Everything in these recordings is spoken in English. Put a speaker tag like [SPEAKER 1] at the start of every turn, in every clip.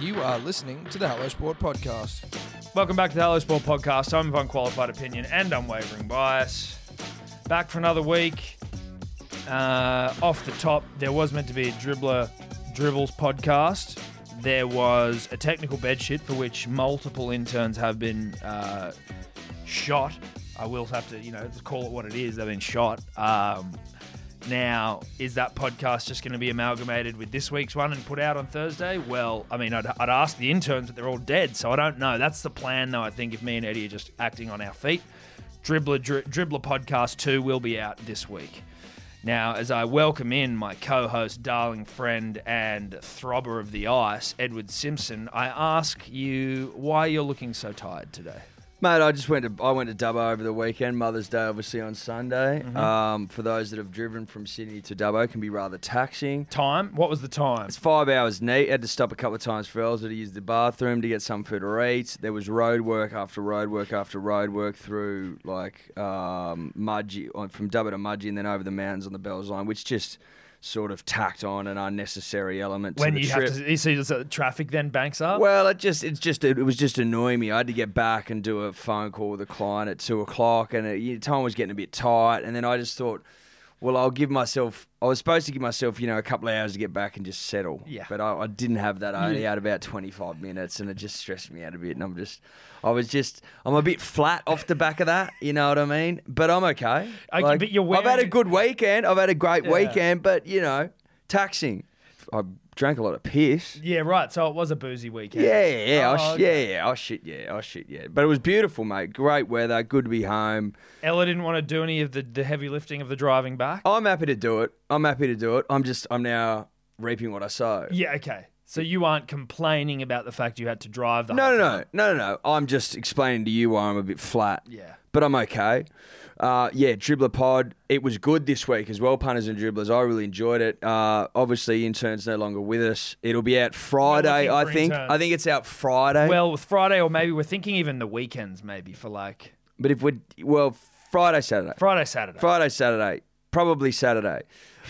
[SPEAKER 1] You are listening to the Hello Sport Podcast.
[SPEAKER 2] Welcome back to the Hello Sport Podcast, home of unqualified opinion and unwavering bias. Back for another week. Uh, off the top, there was meant to be a dribbler dribbles podcast. There was a technical bed shit for which multiple interns have been uh, shot. I will have to, you know, call it what it is. They've been shot. Um, now, is that podcast just going to be amalgamated with this week's one and put out on Thursday? Well, I mean, I'd, I'd ask the interns, but they're all dead, so I don't know. That's the plan, though. I think if me and Eddie are just acting on our feet, Dribbler Dri- Dribbler Podcast Two will be out this week. Now, as I welcome in my co-host, darling friend, and throbber of the ice, Edward Simpson, I ask you why you're looking so tired today.
[SPEAKER 3] Mate, I just went to I went to Dubbo over the weekend. Mother's Day, obviously, on Sunday.
[SPEAKER 2] Mm-hmm.
[SPEAKER 3] Um, for those that have driven from Sydney to Dubbo, it can be rather taxing.
[SPEAKER 2] Time? What was the time?
[SPEAKER 3] It's five hours neat. Had to stop a couple of times for Elsa to use the bathroom to get some food or eat. There was road work after road work after road work through like um, Mudgee on- from Dubbo to Mudgee and then over the mountains on the Bells Line, which just sort of tacked on an unnecessary element to
[SPEAKER 2] when
[SPEAKER 3] the
[SPEAKER 2] you
[SPEAKER 3] trip.
[SPEAKER 2] have to, you see, the traffic then banks up.
[SPEAKER 3] Well, it just it's just it was just annoying me. I had to get back and do a phone call with a client at two o'clock, and it, you- time was getting a bit tight. And then I just thought, well, I'll give myself. I was supposed to give myself, you know, a couple of hours to get back and just settle.
[SPEAKER 2] Yeah.
[SPEAKER 3] But I, I didn't have that. I only had about twenty five minutes, and it just stressed me out a bit. And I'm just, I was just, I'm a bit flat off the back of that. You know what I mean? But I'm okay.
[SPEAKER 2] I- but you're
[SPEAKER 3] I've had a
[SPEAKER 2] wearing-
[SPEAKER 3] good weekend. I've had a great
[SPEAKER 2] Yeah.
[SPEAKER 3] weekend, but you know, taxing. I drank a lot of piss.
[SPEAKER 2] Yeah, right. So it was a boozy weekend.
[SPEAKER 3] Yeah, yeah, yeah.
[SPEAKER 2] Oh,
[SPEAKER 3] I sh-
[SPEAKER 2] okay.
[SPEAKER 3] yeah, yeah. I shit, yeah, I shit, yeah. But it was beautiful, mate. Great weather. Good to be home.
[SPEAKER 2] Ella didn't want to do any of the, the heavy lifting of the driving back.
[SPEAKER 3] I'm happy to do it. I'm happy to do it. I'm just, I'm now reaping what I sow.
[SPEAKER 2] Yeah, okay. So you aren't complaining about the fact you had to drive the
[SPEAKER 3] No,
[SPEAKER 2] whole
[SPEAKER 3] no, no,
[SPEAKER 2] time.
[SPEAKER 3] no, no, no. I'm just explaining to you why I'm a bit flat.
[SPEAKER 2] Yeah.
[SPEAKER 3] but I'm okay. Uh, yeah, dribbler pod. It was good this week as well, punters and dribblers. I really enjoyed it. Uh, obviously, interns no longer with us. It'll be out Friday,
[SPEAKER 2] looking
[SPEAKER 3] I
[SPEAKER 2] for
[SPEAKER 3] think.
[SPEAKER 2] interns.
[SPEAKER 3] I think it's out Friday.
[SPEAKER 2] Well, with Friday or maybe we're thinking even the weekends maybe for like
[SPEAKER 3] but if we, are well, Friday, Saturday.
[SPEAKER 2] Friday, Saturday.
[SPEAKER 3] Friday, Saturday, probably Saturday.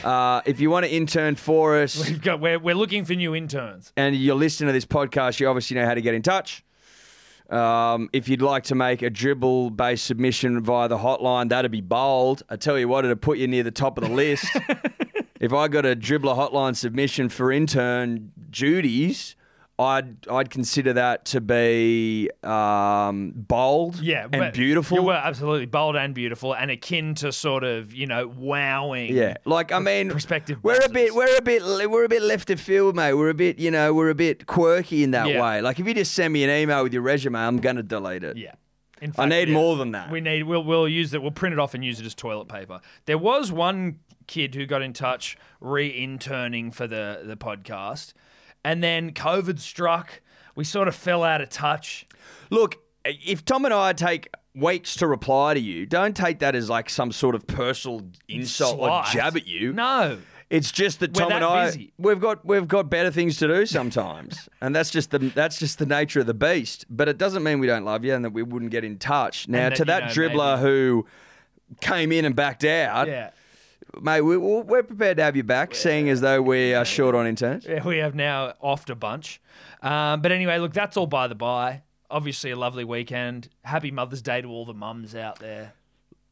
[SPEAKER 3] Uh, if you want to intern for us
[SPEAKER 2] We've got we're, we're looking for new interns.
[SPEAKER 3] and you're listening to this podcast, you obviously know how to get in touch. Um, if you'd like to make a dribble based submission via the hotline, that'd be bold. I tell you what, it'd put you near the top of the list. if I got a dribbler hotline submission for intern duties, I'd I'd consider that to be um, bold
[SPEAKER 2] Yeah,
[SPEAKER 3] and
[SPEAKER 2] but
[SPEAKER 3] beautiful.
[SPEAKER 2] You were absolutely bold and beautiful, and akin to sort of you know wowing.
[SPEAKER 3] Yeah, like I mean,
[SPEAKER 2] prospective
[SPEAKER 3] We're a
[SPEAKER 2] bosses.
[SPEAKER 3] bit, we're a bit, we're a bit left of field, mate. We're a bit, you know, we're a bit quirky in that
[SPEAKER 2] Yeah.
[SPEAKER 3] way. Like if you just send me an email with your resume, I'm gonna delete it.
[SPEAKER 2] Yeah. In
[SPEAKER 3] I need
[SPEAKER 2] yeah.
[SPEAKER 3] more than that.
[SPEAKER 2] We need. We'll we'll use it. We'll print it off and use it as toilet paper. There was one kid who got in touch re-interning for the the podcast, and then COVID struck. We sort of fell out of touch.
[SPEAKER 3] Look, if Tom and I take weeks to reply to you, don't take that as like some sort of personal insult or
[SPEAKER 2] Slight.
[SPEAKER 3] jab at you.
[SPEAKER 2] No.
[SPEAKER 3] It's just that
[SPEAKER 2] We're
[SPEAKER 3] Tom and
[SPEAKER 2] that
[SPEAKER 3] I
[SPEAKER 2] busy.
[SPEAKER 3] we've got we've got better things to do sometimes, and that's just the that's just the nature of the beast. But it doesn't mean we don't love you and that we wouldn't get in touch. Now
[SPEAKER 2] that,
[SPEAKER 3] to
[SPEAKER 2] you
[SPEAKER 3] that
[SPEAKER 2] know,
[SPEAKER 3] dribbler who came in and backed out,
[SPEAKER 2] Yeah.
[SPEAKER 3] mate, we, we're we're prepared to have you back, seeing as though we are short on interns.
[SPEAKER 2] Yeah, we have now offed a bunch. Um, but anyway, look, that's all by the by. Obviously, a lovely weekend. Happy Mother's Day to all the mums out there.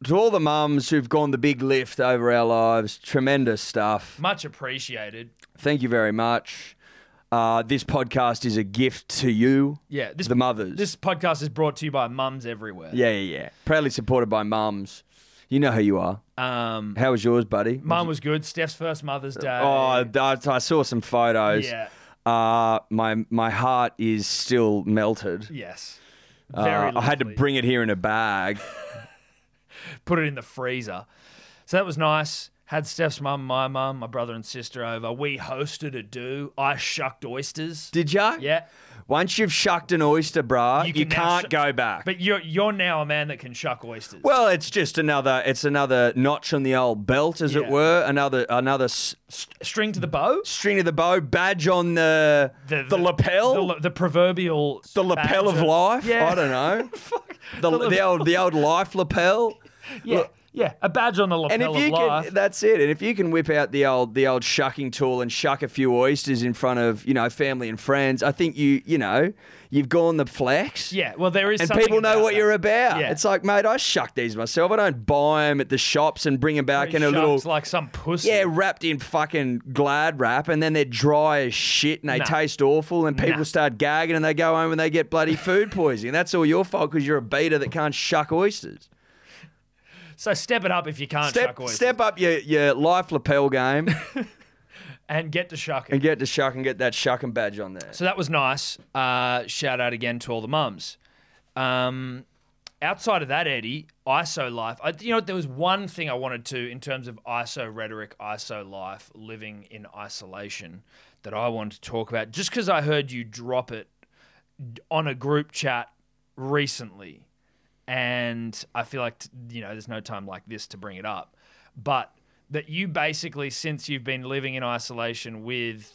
[SPEAKER 3] To all the mums who've gone the big lift over our lives, tremendous stuff.
[SPEAKER 2] Much appreciated.
[SPEAKER 3] Thank you very much. Uh, this podcast is a gift to you,
[SPEAKER 2] Yeah. This
[SPEAKER 3] the mothers.
[SPEAKER 2] this podcast is brought to you by mums everywhere.
[SPEAKER 3] yeah, yeah, yeah. Proudly supported by mums. You know who you are.
[SPEAKER 2] Um,
[SPEAKER 3] How was yours, buddy?
[SPEAKER 2] Mine was good. Steph's first Mother's Day.
[SPEAKER 3] Oh, I, I saw some photos.
[SPEAKER 2] yeah.
[SPEAKER 3] Uh, my my heart is still melted.
[SPEAKER 2] Yes.
[SPEAKER 3] Uh,
[SPEAKER 2] Very.
[SPEAKER 3] I had to
[SPEAKER 2] lovely.
[SPEAKER 3] bring it here in a bag.
[SPEAKER 2] put it in the freezer. So that was nice. Had Steph's mum, my mum, my brother and sister over. We hosted a do. I shucked oysters.
[SPEAKER 3] Did ya?
[SPEAKER 2] yeah.
[SPEAKER 3] Once you've shucked an oyster, brah, you,
[SPEAKER 2] now
[SPEAKER 3] can not
[SPEAKER 2] shuck-
[SPEAKER 3] go back.
[SPEAKER 2] But you're you're now a man that can shuck oysters.
[SPEAKER 3] well, it's just another it's another notch on the old belt, as
[SPEAKER 2] Yeah.
[SPEAKER 3] it were. Another another s- s-
[SPEAKER 2] String to the bow.
[SPEAKER 3] string of the bow, badge on the the, lapel,
[SPEAKER 2] the,
[SPEAKER 3] the,
[SPEAKER 2] la- the proverbial,
[SPEAKER 3] lapel
[SPEAKER 2] badge
[SPEAKER 3] of life.
[SPEAKER 2] Yeah.
[SPEAKER 3] I don't know.
[SPEAKER 2] Fuck.
[SPEAKER 3] the,
[SPEAKER 2] The
[SPEAKER 3] the old the old life lapel.
[SPEAKER 2] Yeah.
[SPEAKER 3] Look,
[SPEAKER 2] Yeah, a badge on the
[SPEAKER 3] And
[SPEAKER 2] lapel
[SPEAKER 3] if you
[SPEAKER 2] of life.
[SPEAKER 3] can, that's it. And if you can whip out the old the old shucking tool and shuck a few oysters in front of you know family and friends, I think you you know you've gone the flex.
[SPEAKER 2] yeah, well, there is
[SPEAKER 3] And
[SPEAKER 2] something
[SPEAKER 3] people know
[SPEAKER 2] about
[SPEAKER 3] what
[SPEAKER 2] that.
[SPEAKER 3] you're about.
[SPEAKER 2] Yeah.
[SPEAKER 3] It's like, mate, I shuck these myself. I don't buy them at the shops and bring them back
[SPEAKER 2] He
[SPEAKER 3] in a
[SPEAKER 2] shucks
[SPEAKER 3] little
[SPEAKER 2] like some pussy.
[SPEAKER 3] yeah wrapped in fucking Glad wrap, and then they're dry as shit and they
[SPEAKER 2] Nah.
[SPEAKER 3] taste awful, and people
[SPEAKER 2] Nah.
[SPEAKER 3] start gagging and they go home and they get bloody food poisoning. That's all your fault because you're a beater that can't shuck oysters.
[SPEAKER 2] So step it up if you can't
[SPEAKER 3] Step,
[SPEAKER 2] shuck oysters
[SPEAKER 3] step up your, your life lapel game.
[SPEAKER 2] and get to shucking.
[SPEAKER 3] and get the shuck and get that shuck and badge on there.
[SPEAKER 2] So that was nice. Uh, shout out again to all the mums. Um, outside of that, Eddie, ISO life. I, you know, what, there was one thing I wanted to, in terms of ISO rhetoric, ISO life, living in isolation, that I wanted to talk about. Just because I heard you drop it d- on a group chat recently, and I feel like t- you know, there's no time like this to bring it up, but that you basically, since you've been living in isolation with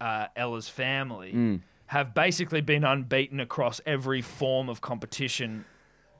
[SPEAKER 2] uh, Ella's family
[SPEAKER 3] Mm.
[SPEAKER 2] have basically been unbeaten across every form of competition.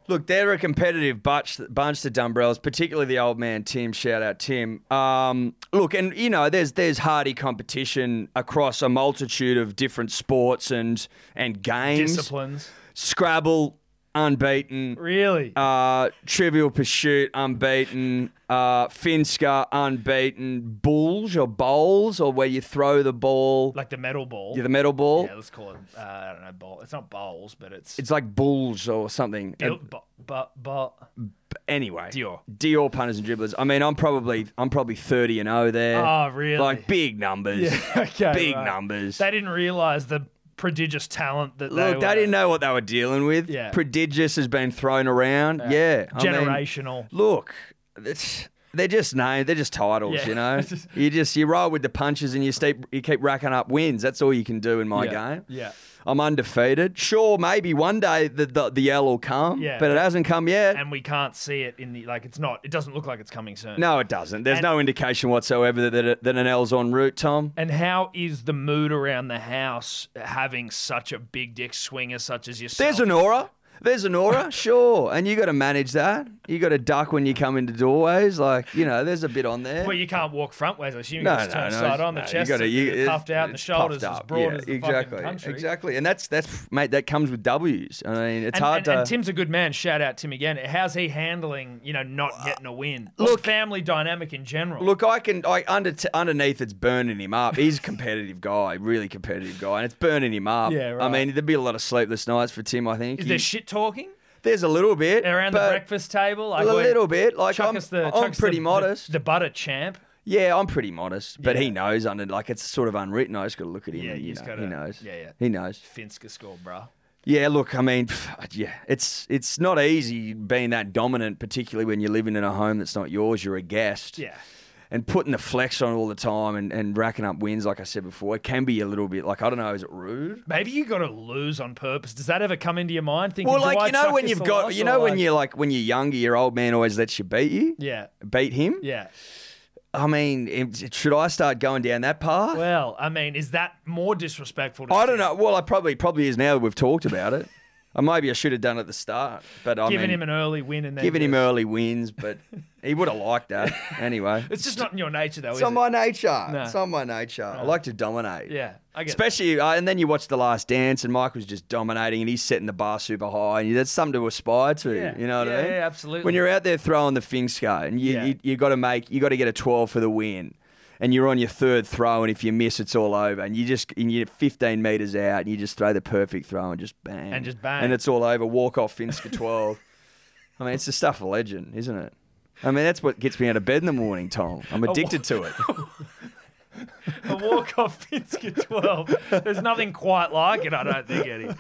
[SPEAKER 3] Look, they're a competitive bunch, bunch the Dumbrells, particularly the old man Tim. Shout out Tim. Um, look, and you know, there's there's hardy competition across a multitude of different sports and and games.
[SPEAKER 2] Disciplines.
[SPEAKER 3] Scrabble, unbeaten.
[SPEAKER 2] Really?
[SPEAKER 3] Uh, Trivial Pursuit, unbeaten. Uh, Finska, unbeaten. Bulge or bowls, or where you throw the ball,
[SPEAKER 2] like the metal ball.
[SPEAKER 3] yeah, the metal ball.
[SPEAKER 2] Yeah, let's call it, uh, I don't know, bowl. It's not bowls, but it's.
[SPEAKER 3] It's like bulge or something.
[SPEAKER 2] built, but, but, but.
[SPEAKER 3] anyway,
[SPEAKER 2] Dior.
[SPEAKER 3] Dior punters and dribblers. I mean, I'm probably I'm probably 30 and 0 there.
[SPEAKER 2] Oh, really?
[SPEAKER 3] Like big numbers.
[SPEAKER 2] okay.
[SPEAKER 3] big
[SPEAKER 2] right.
[SPEAKER 3] numbers.
[SPEAKER 2] They didn't realize the prodigious talent that they,
[SPEAKER 3] Look, they
[SPEAKER 2] were.
[SPEAKER 3] didn't know what they were dealing with.
[SPEAKER 2] Yeah.
[SPEAKER 3] Prodigious has been thrown around. Yeah. I mean,
[SPEAKER 2] Generational.
[SPEAKER 3] look, it's- they're just names. They're just titles,
[SPEAKER 2] Yeah.
[SPEAKER 3] you know. you just you roll with the punches and you keep you keep racking up wins. That's all you can do in my
[SPEAKER 2] Yeah.
[SPEAKER 3] game.
[SPEAKER 2] Yeah.
[SPEAKER 3] I'm undefeated. Sure, maybe one day the the, the L will come,
[SPEAKER 2] Yeah.
[SPEAKER 3] but it hasn't come yet.
[SPEAKER 2] And we can't see it in the. Like, it's not. It doesn't look like it's coming soon.
[SPEAKER 3] No, it doesn't. There's
[SPEAKER 2] And-
[SPEAKER 3] no indication whatsoever that, that, that an L's en route, Tom.
[SPEAKER 2] And how is the mood around the house having such a big dick swinger such as yourself?
[SPEAKER 3] There's an aura. There's an aura, sure. And you got to manage that. You got to duck when you come into doorways. Like, you know, there's a bit on there.
[SPEAKER 2] Well, you can't walk frontways. I assume you
[SPEAKER 3] No,
[SPEAKER 2] just
[SPEAKER 3] no,
[SPEAKER 2] turn
[SPEAKER 3] no,
[SPEAKER 2] side on. The
[SPEAKER 3] no, you
[SPEAKER 2] chest
[SPEAKER 3] gotta-
[SPEAKER 2] is
[SPEAKER 3] you- it's-
[SPEAKER 2] puffed out, and the
[SPEAKER 3] it's
[SPEAKER 2] shoulders
[SPEAKER 3] puffed
[SPEAKER 2] as
[SPEAKER 3] up.
[SPEAKER 2] broad
[SPEAKER 3] Yeah,
[SPEAKER 2] as the
[SPEAKER 3] exactly,
[SPEAKER 2] fucking country.
[SPEAKER 3] Exactly. And that's, that's, mate, that comes with W's. I mean, it's
[SPEAKER 2] And,
[SPEAKER 3] hard
[SPEAKER 2] and,
[SPEAKER 3] to.
[SPEAKER 2] and Tim's a good man. Shout out Tim again. How's he handling, you know, not getting a win? Or
[SPEAKER 3] look-
[SPEAKER 2] family dynamic in general.
[SPEAKER 3] Look, I can. I under underneath, it's burning him up. He's a competitive guy, really competitive guy, and it's burning him up.
[SPEAKER 2] Yeah, right.
[SPEAKER 3] I mean, there'd be a lot of sleepless nights for Tim. I think
[SPEAKER 2] is
[SPEAKER 3] He-
[SPEAKER 2] there shit talking
[SPEAKER 3] there's a little bit
[SPEAKER 2] around
[SPEAKER 3] but
[SPEAKER 2] the breakfast table? Like,
[SPEAKER 3] a
[SPEAKER 2] wait,
[SPEAKER 3] little bit. Like
[SPEAKER 2] chuck
[SPEAKER 3] I'm,
[SPEAKER 2] us the, chuck
[SPEAKER 3] I'm
[SPEAKER 2] us
[SPEAKER 3] pretty
[SPEAKER 2] the-
[SPEAKER 3] modest.
[SPEAKER 2] The, the butter champ.
[SPEAKER 3] Yeah, I'm pretty modest, but
[SPEAKER 2] Yeah.
[SPEAKER 3] he knows under like it's sort of unwritten. I just got to look at him.
[SPEAKER 2] Yeah,
[SPEAKER 3] and,
[SPEAKER 2] you
[SPEAKER 3] you
[SPEAKER 2] just
[SPEAKER 3] know,
[SPEAKER 2] gotta-
[SPEAKER 3] he knows.
[SPEAKER 2] yeah, yeah.
[SPEAKER 3] he knows.
[SPEAKER 2] Finska score, bruh.
[SPEAKER 3] Yeah, look, I mean, yeah, it's it's not easy being that dominant, particularly when you're living in a home that's not yours. You're a guest.
[SPEAKER 2] Yeah.
[SPEAKER 3] And putting the flex on all the time and, and racking up wins, like I said before, it can be a little bit like I don't know, is it rude?
[SPEAKER 2] Maybe you got to lose on purpose. Does that ever come into your mind? Thinking,
[SPEAKER 3] Well,
[SPEAKER 2] do
[SPEAKER 3] like
[SPEAKER 2] I
[SPEAKER 3] you know
[SPEAKER 2] chuck
[SPEAKER 3] when
[SPEAKER 2] this
[SPEAKER 3] you've
[SPEAKER 2] or
[SPEAKER 3] got,
[SPEAKER 2] loss,
[SPEAKER 3] you
[SPEAKER 2] or
[SPEAKER 3] know when
[SPEAKER 2] like-
[SPEAKER 3] you're like when you're younger, your old man always lets you beat you,
[SPEAKER 2] yeah,
[SPEAKER 3] beat him.
[SPEAKER 2] yeah.
[SPEAKER 3] I mean, it- should I start going down that path?
[SPEAKER 2] Well, I mean, is that more disrespectful? To
[SPEAKER 3] I don't
[SPEAKER 2] Tim?
[SPEAKER 3] know. Well, I probably probably is now that we've talked about it. I maybe I should have done it at the start, but I
[SPEAKER 2] Giving
[SPEAKER 3] mean,
[SPEAKER 2] him an early win and then
[SPEAKER 3] giving him
[SPEAKER 2] just-
[SPEAKER 3] early wins, but he would have liked that anyway.
[SPEAKER 2] It's just not in your nature, though. Is
[SPEAKER 3] It's on
[SPEAKER 2] it?
[SPEAKER 3] my nature.
[SPEAKER 2] No.
[SPEAKER 3] It's on my nature. I like to dominate.
[SPEAKER 2] Yeah, I get. that.
[SPEAKER 3] Especially, uh, and then you watch The Last Dance, and Mike was just dominating, and he's setting the bar super high, and that's something to aspire to.
[SPEAKER 2] Yeah.
[SPEAKER 3] You know what
[SPEAKER 2] Yeah,
[SPEAKER 3] I mean?
[SPEAKER 2] yeah, absolutely.
[SPEAKER 3] When you're out there throwing the Finska, and you
[SPEAKER 2] Yeah.
[SPEAKER 3] you, you got to make, you got to get a 12 for the win, and you're on your third throw, and if you miss, it's all over, and you just and you're 15 meters out, and you just throw the perfect throw, and just bang,
[SPEAKER 2] And just bang.
[SPEAKER 3] and it's all over. Walk off Finska 12. I mean, it's the stuff of legend, isn't it? I mean, that's what gets me out of bed in the morning, Tom. I'm
[SPEAKER 2] Oh,
[SPEAKER 3] addicted to it.
[SPEAKER 2] a walk off Finska twelve. There's nothing quite like it, I don't think, Eddie.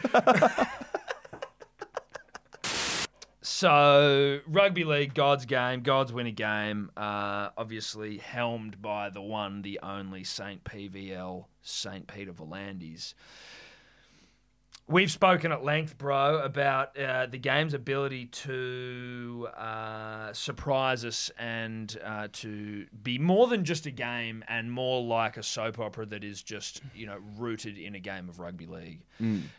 [SPEAKER 2] so rugby league, God's game, God's winner game. Uh, obviously helmed by the one, the only Saint PVL, Saint Peter Volandis. We've spoken at length, bro, about uh, the game's ability to uh, surprise us and uh, to be more than just a game and more like a soap opera that is just, you know, rooted in a game of rugby league.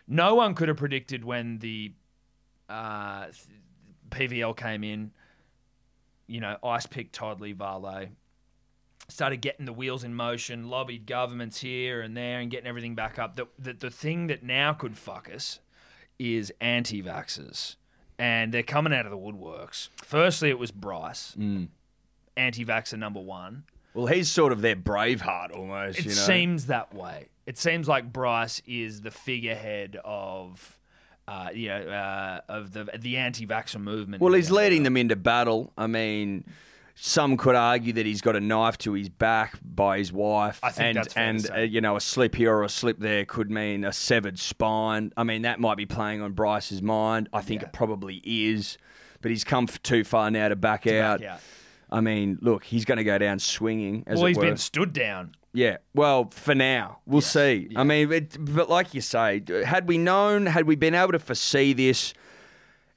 [SPEAKER 2] No one could have predicted when the uh, th- PVL came in you know, ice pick Toddley Varley. Started getting the wheels in motion, lobbied governments here and there, and getting everything back up. The, the, the thing that now could fuck us is anti vaxxers. And they're coming out of the woodworks. Firstly, it was Bryce,
[SPEAKER 3] Mm.
[SPEAKER 2] anti vaxxer number one.
[SPEAKER 3] Well, he's sort of their braveheart almost.
[SPEAKER 2] It
[SPEAKER 3] you know?
[SPEAKER 2] seems that way. It seems like Bryce is the figurehead of, uh, you know, uh, of the the anti-vaxxer movement.
[SPEAKER 3] Well,
[SPEAKER 2] in
[SPEAKER 3] he's
[SPEAKER 2] America.
[SPEAKER 3] leading them into battle. I mean, some could argue that he's got a knife to his back by his wife,
[SPEAKER 2] I think
[SPEAKER 3] and
[SPEAKER 2] that's fair to
[SPEAKER 3] and
[SPEAKER 2] say.
[SPEAKER 3] uh, you know a slip here or a slip there could mean a severed spine. I mean, that might be playing on Bryce's mind. I think
[SPEAKER 2] Yeah.
[SPEAKER 3] it probably is, but he's come f- too far now to back out.
[SPEAKER 2] out.
[SPEAKER 3] I mean, look, he's going to go down swinging. As
[SPEAKER 2] Well,
[SPEAKER 3] it
[SPEAKER 2] he's
[SPEAKER 3] were.
[SPEAKER 2] been stood down.
[SPEAKER 3] Yeah. Well, for now, we'll see. I mean, it, but like you say, had we known, had we been able to foresee this,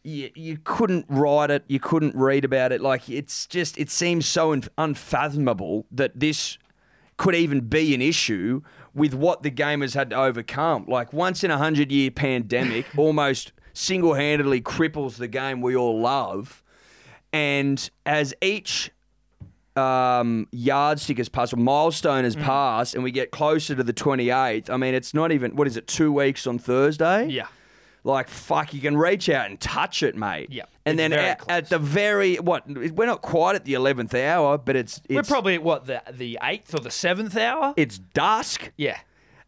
[SPEAKER 3] you, you couldn't write it, you couldn't read about it. Like it's just, it seems so un- unfathomable that this could even be an issue with what the game has had to overcome. Like once in a hundred year pandemic, almost single handedly cripples the game we all love. And as each um, yardstick has passed, or milestone has passed, and we get closer to the 28th, I mean, it's not even, what is it, two weeks on Thursday?
[SPEAKER 2] Yeah.
[SPEAKER 3] Like, fuck, you can reach out and touch it, mate.
[SPEAKER 2] Yeah, it's
[SPEAKER 3] And then
[SPEAKER 2] very
[SPEAKER 3] at,
[SPEAKER 2] close.
[SPEAKER 3] at the very, what, we're not quite at the 11th hour, but it's, it's,
[SPEAKER 2] We're probably at what the the eighth or the seventh hour.
[SPEAKER 3] it's dusk.
[SPEAKER 2] yeah.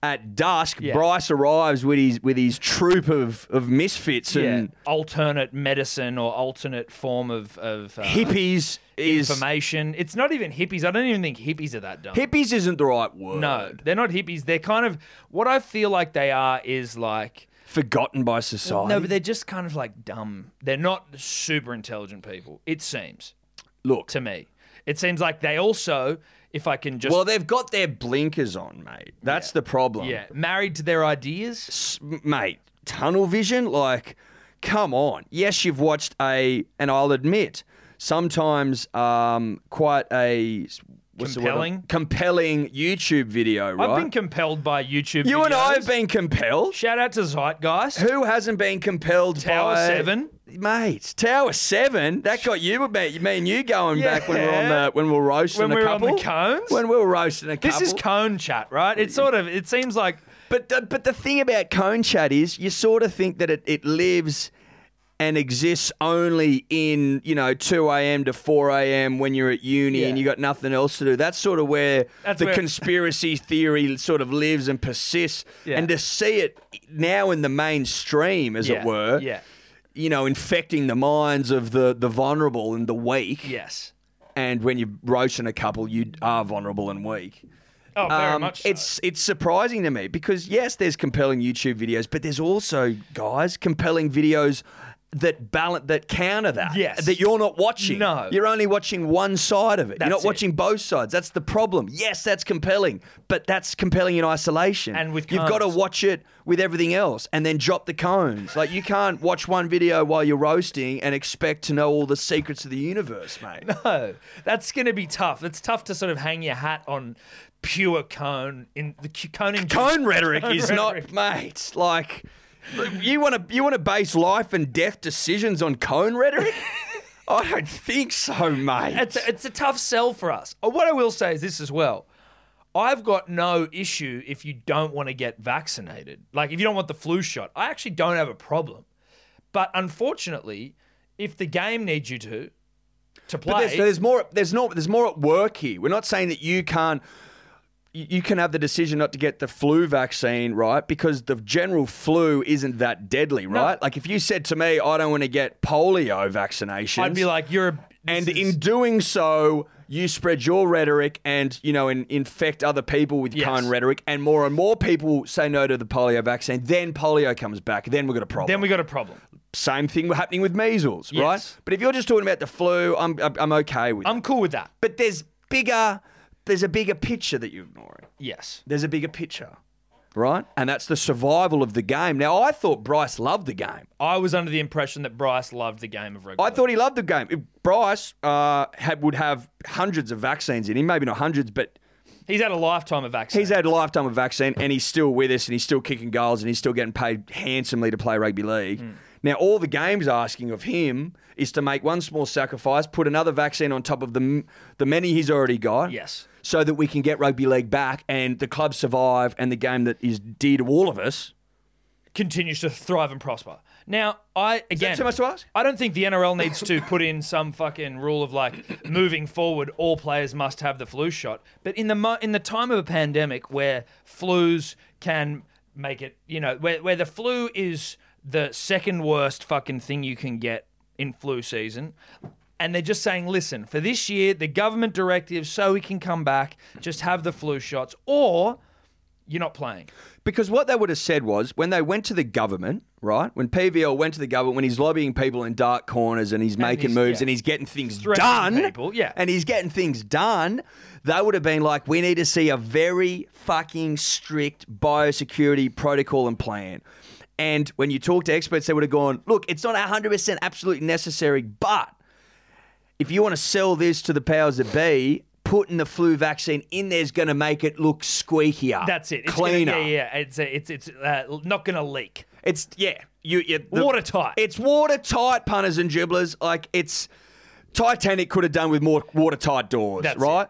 [SPEAKER 3] At dusk,
[SPEAKER 2] Yeah.
[SPEAKER 3] Bryce arrives with his with his troop of, of misfits
[SPEAKER 2] Yeah.
[SPEAKER 3] and
[SPEAKER 2] Alternate medicine or alternate form of of uh,
[SPEAKER 3] hippies is
[SPEAKER 2] information. It's not even hippies. I don't even think hippies are that dumb.
[SPEAKER 3] hippies isn't the right word.
[SPEAKER 2] no, they're not hippies. They're kind of what I feel like they are is like
[SPEAKER 3] forgotten by society.
[SPEAKER 2] No, but they're just kind of like dumb. They're not super intelligent people, it seems
[SPEAKER 3] look,
[SPEAKER 2] to me. It seems like they also, if I can just.
[SPEAKER 3] well, they've got their blinkers on, mate. That's the problem.
[SPEAKER 2] yeah, married to their ideas.
[SPEAKER 3] s- mate, tunnel vision, like, come on. Yes, you've watched a, and I'll admit, sometimes um, quite a what's the word?
[SPEAKER 2] Compelling?
[SPEAKER 3] compelling YouTube video, right?
[SPEAKER 2] I've been compelled by YouTube.
[SPEAKER 3] you and I
[SPEAKER 2] videos.
[SPEAKER 3] have been compelled.
[SPEAKER 2] Shout out to Zeitgeist.
[SPEAKER 3] Who hasn't been compelled
[SPEAKER 2] Tower
[SPEAKER 3] by
[SPEAKER 2] Seven.
[SPEAKER 3] mate? Tower Seven. That got you, mate. Me and you going back when we we're on
[SPEAKER 2] Yeah.
[SPEAKER 3] the when we we're roasting
[SPEAKER 2] When
[SPEAKER 3] a
[SPEAKER 2] we were on the
[SPEAKER 3] couple.
[SPEAKER 2] cones?
[SPEAKER 3] When we were roasting a couple.
[SPEAKER 2] This is cone chat, right? It's sort of. It seems like.
[SPEAKER 3] But the, but the thing about cone chat is you sort of think that it, it lives and exists only in you know 2 a.m. to 4 a.m. when you're at uni
[SPEAKER 2] Yeah.
[SPEAKER 3] and you got nothing else to do. That's sort of where
[SPEAKER 2] That's
[SPEAKER 3] the
[SPEAKER 2] where-
[SPEAKER 3] conspiracy theory sort of lives and persists.
[SPEAKER 2] Yeah.
[SPEAKER 3] And to see it now in the mainstream, as
[SPEAKER 2] yeah,
[SPEAKER 3] it were,
[SPEAKER 2] Yeah.
[SPEAKER 3] you know, infecting the minds of the the vulnerable and the weak.
[SPEAKER 2] Yes.
[SPEAKER 3] And when you're roaching a couple, you are vulnerable and weak.
[SPEAKER 2] Oh, very
[SPEAKER 3] Um,
[SPEAKER 2] much. So.
[SPEAKER 3] It's it's surprising to me because yes, there's compelling YouTube videos, but there's also guys compelling videos that balance that counter that.
[SPEAKER 2] Yes.
[SPEAKER 3] that you're not watching.
[SPEAKER 2] No.
[SPEAKER 3] you're only watching one side of it.
[SPEAKER 2] That's
[SPEAKER 3] you're not
[SPEAKER 2] it.
[SPEAKER 3] watching both sides. That's the problem. Yes, that's compelling, but that's compelling in isolation.
[SPEAKER 2] And with
[SPEAKER 3] you've got to
[SPEAKER 2] cones.
[SPEAKER 3] watch it with everything else, and then drop the cones. Like you can't watch one video while you're roasting and expect to know all the secrets of the universe, mate.
[SPEAKER 2] No, that's going to be tough. It's tough to sort of hang your hat on pure cone in the c- cone. in-
[SPEAKER 3] cone rhetoric
[SPEAKER 2] Cone
[SPEAKER 3] is
[SPEAKER 2] rhetoric.
[SPEAKER 3] not, mate. Like, you want to you want to base life and death decisions on cone rhetoric? I don't think so, mate.
[SPEAKER 2] It's a, it's a tough sell for us. Uh, What I will say is this as well. I've got no issue if you don't want to get vaccinated. Like if you don't want the flu shot, I actually don't have a problem. But unfortunately, if the game needs you to to
[SPEAKER 3] but
[SPEAKER 2] play,
[SPEAKER 3] there's, there's more. There's not. There's more at work here. We're not saying that you can't. You you can have the decision not to get the flu vaccine, right? Because the general flu isn't that deadly, right? Like if you said to me, "I don't want to get polio vaccination,"
[SPEAKER 2] I'd be like, you're. A,
[SPEAKER 3] and
[SPEAKER 2] this
[SPEAKER 3] in
[SPEAKER 2] is-
[SPEAKER 3] doing so you spread your rhetoric and you know and infect other people with
[SPEAKER 2] Yes.
[SPEAKER 3] cone rhetoric and more and more people say no to the polio vaccine then polio comes back then we've got a problem
[SPEAKER 2] then we got a problem.
[SPEAKER 3] same thing happening with measles
[SPEAKER 2] Yes.
[SPEAKER 3] right but if you're just talking about the flu i'm i'm, I'm okay with it.
[SPEAKER 2] I'm cool with that.
[SPEAKER 3] but there's bigger there's a bigger picture that you're ignoring
[SPEAKER 2] Yes.
[SPEAKER 3] there's a bigger picture right and that's the survival of the game now i thought bryce loved the game
[SPEAKER 2] I was under the impression that Bryce loved the game of rugby.
[SPEAKER 3] I thought he loved the game. If Bryce uh, had, would have hundreds of vaccines in him, maybe not hundreds, but
[SPEAKER 2] he's had a lifetime of vaccines.
[SPEAKER 3] he's had a lifetime of vaccine and he's still with us and he's still kicking goals and he's still getting paid handsomely to play rugby league. Now, all the game's asking of him is to make one small sacrifice, put another vaccine on top of the, m- the many he's already got.
[SPEAKER 2] Yes.
[SPEAKER 3] So that we can get rugby league back and the club survive and the game that is dear to all of us.
[SPEAKER 2] continues to thrive and prosper. Now, I
[SPEAKER 3] Is that
[SPEAKER 2] again,
[SPEAKER 3] too much to ask?
[SPEAKER 2] I don't think the NRL needs to put in some fucking rule of like moving forward, all players must have the flu shot. But in the mo- in the time of a pandemic where flus can make it, you know, where where the flu is the second worst fucking thing you can get in flu season. And they're just saying, listen, for this year, the government directive, so we can come back, just have the flu shots, or you're not playing.
[SPEAKER 3] Because what they would have said was when they went to the government, right? When PVL went to the government, when he's lobbying people in dark corners and he's making
[SPEAKER 2] he's-
[SPEAKER 3] moves
[SPEAKER 2] yeah.
[SPEAKER 3] and he's getting things
[SPEAKER 2] Threatening
[SPEAKER 3] done,
[SPEAKER 2] people, yeah.
[SPEAKER 3] and he's getting things done, they would have been like, we need to see a very fucking strict biosecurity protocol and plan. And when you talk to experts, they would have gone, look, it's not 100% absolutely necessary, but if you want to sell this to the powers that be, putting the flu vaccine in there is going to make it look squeakier.
[SPEAKER 2] That's it. It's
[SPEAKER 3] cleaner.
[SPEAKER 2] Gonna, yeah, yeah. It's it's it's uh, not going to leak.
[SPEAKER 3] It's yeah, you, you the-
[SPEAKER 2] Watertight.
[SPEAKER 3] It's watertight, punters and dribblers. Like it's Titanic could have done with more watertight doors,
[SPEAKER 2] That's
[SPEAKER 3] right?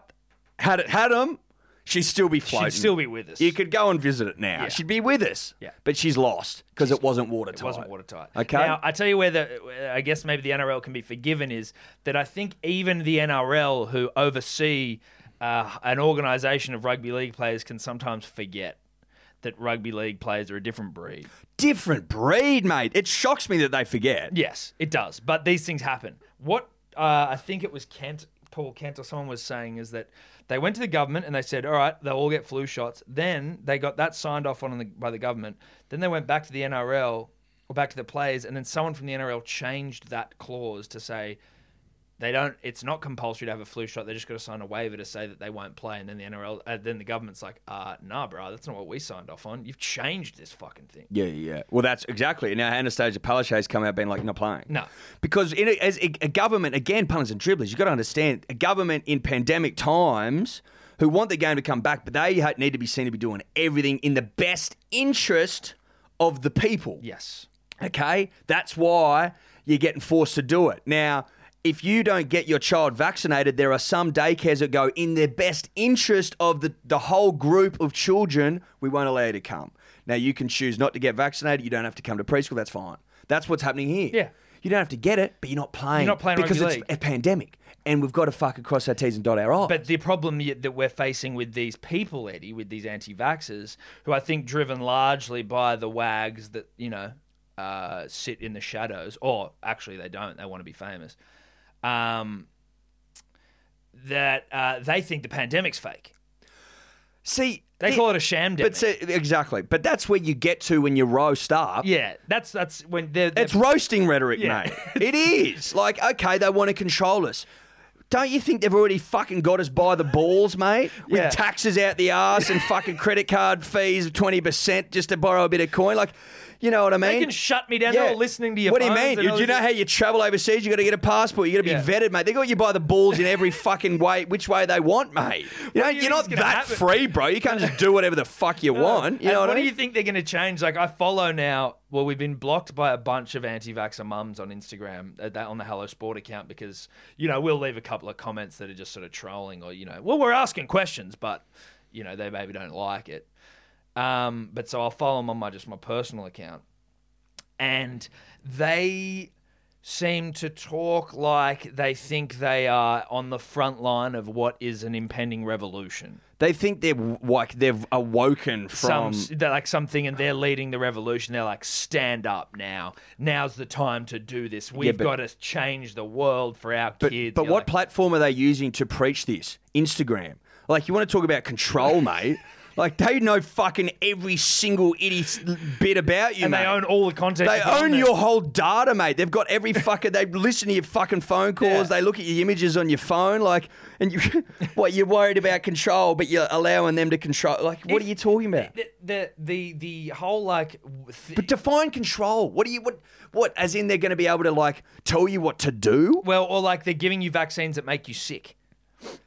[SPEAKER 3] Had it had them, she'd still be floating.
[SPEAKER 2] She'd still be with us.
[SPEAKER 3] You could go and visit it now.
[SPEAKER 2] Yeah.
[SPEAKER 3] She'd be with us.
[SPEAKER 2] Yeah.
[SPEAKER 3] but she's lost because it wasn't watertight.
[SPEAKER 2] it wasn't watertight.
[SPEAKER 3] Okay.
[SPEAKER 2] Now I tell you where the where I guess maybe the NRL can be forgiven is that I think even the NRL who oversee uh, an organisation of rugby league players can sometimes forget that rugby league players are a different breed.
[SPEAKER 3] Different breed, mate. It shocks me that they forget.
[SPEAKER 2] Yes, it does. But these things happen. What uh, I think it was Kent, Paul Kent, or someone was saying is that they went to the government and they said, "All right, they'll all get flu shots." Then they got that signed off on the, by the government. Then they went back to the NRL or back to the players, and then someone from the NRL changed that clause to say. They don't. It's not compulsory to have a flu shot. They're just going to sign a waiver to say that they won't play, and then the NRL, uh, then the government's like, "Ah, nah, bro, that's not what we signed off on. You've changed this fucking thing."
[SPEAKER 3] Yeah, yeah. yeah. Well, that's exactly. Now Anastasia Palaszczuk's come out being like, not playing.
[SPEAKER 2] No.
[SPEAKER 3] because in a, as a, a government, again, punters and dribblers, you got to understand a government in pandemic times who want the game to come back, but they ha- need to be seen to be doing everything in the best interest of the people.
[SPEAKER 2] Yes.
[SPEAKER 3] Okay, that's why you're getting forced to do it now. If you don't get your child vaccinated, there are some daycares that go in their best interest of the, the whole group of children, we won't allow you to come. Now, you can choose not to get vaccinated. You don't have to come to preschool. That's fine. That's what's happening here.
[SPEAKER 2] Yeah.
[SPEAKER 3] You don't have to get it, but you're not playing.
[SPEAKER 2] You're not playing
[SPEAKER 3] Because
[SPEAKER 2] rugby
[SPEAKER 3] it's a pandemic. And we've got to fucking cross our T's and dot our I's.
[SPEAKER 2] But the problem y- that we're facing with these people, Eddie, with these anti-vaxxers, who I think driven largely by the wags that you know uh, sit in the shadows, or actually they don't. They want to be famous. Um, that uh, they think the pandemic's fake.
[SPEAKER 3] See,
[SPEAKER 2] They call it a sham
[SPEAKER 3] But
[SPEAKER 2] demic.
[SPEAKER 3] see, exactly. But that's where you get to when you roast up.
[SPEAKER 2] yeah, that's that's when they're, they're
[SPEAKER 3] It's roasting rhetoric,
[SPEAKER 2] Yeah.
[SPEAKER 3] mate. It is. Like, okay, they want to control us. Don't you think they've already fucking got us by the balls, mate? With
[SPEAKER 2] Yeah.
[SPEAKER 3] taxes out the arse and fucking credit card fees of 20% just to borrow a bit of coin. Like, you know what I mean?
[SPEAKER 2] they can shut me down. They're all listening to your.
[SPEAKER 3] What do you
[SPEAKER 2] phones
[SPEAKER 3] mean?
[SPEAKER 2] and
[SPEAKER 3] You,
[SPEAKER 2] all
[SPEAKER 3] do you
[SPEAKER 2] this-
[SPEAKER 3] know how you travel overseas? You got to get a passport. You got to be
[SPEAKER 2] Yeah.
[SPEAKER 3] vetted, mate. They got you by the balls in every fucking way, which way they want, mate. You know,
[SPEAKER 2] do you think's
[SPEAKER 3] you are not
[SPEAKER 2] gonna
[SPEAKER 3] that
[SPEAKER 2] happen? Uh,
[SPEAKER 3] free, bro. You can't just do whatever the fuck you want. You
[SPEAKER 2] And
[SPEAKER 3] know what,
[SPEAKER 2] what
[SPEAKER 3] I mean?
[SPEAKER 2] do you think they're going to change? Like, I follow now. Well, we've been blocked by a bunch of anti-vaxxer mums on Instagram uh, that on the Hello Sport account because you know we'll leave a couple of comments that are just sort of trolling or you know, well, we're asking questions, but you know they maybe don't like it. Um, but so I'll follow them on my just my personal account, and they seem to talk like they think they are on the front line of what is an impending revolution
[SPEAKER 3] They think they're w- like they've awoken from.
[SPEAKER 2] some they're like something and they're leading the revolution they're like stand up now now's the time to do this we've
[SPEAKER 3] but-
[SPEAKER 2] got to change the world for our
[SPEAKER 3] But,
[SPEAKER 2] kids
[SPEAKER 3] but
[SPEAKER 2] You're
[SPEAKER 3] what
[SPEAKER 2] like,
[SPEAKER 3] platform are they using to preach this? Instagram. Like, you want to talk about control, mate? Like, they know fucking every single itty s- bit about you,
[SPEAKER 2] and
[SPEAKER 3] mate.
[SPEAKER 2] they own all the content
[SPEAKER 3] They
[SPEAKER 2] you put on
[SPEAKER 3] own
[SPEAKER 2] there.
[SPEAKER 3] your whole data, mate. They've got every fucking. They listen to your fucking phone calls.
[SPEAKER 2] Yeah.
[SPEAKER 3] They look at your images on your phone. Like, and you, what you're worried about control, but you're allowing them to control. Like, what
[SPEAKER 2] If-
[SPEAKER 3] are you talking about?
[SPEAKER 2] the the the, the whole like w- th-
[SPEAKER 3] But define control. What do you what what? As in, they're going to be able to like tell you what to do.
[SPEAKER 2] well or like they're giving you vaccines that make you sick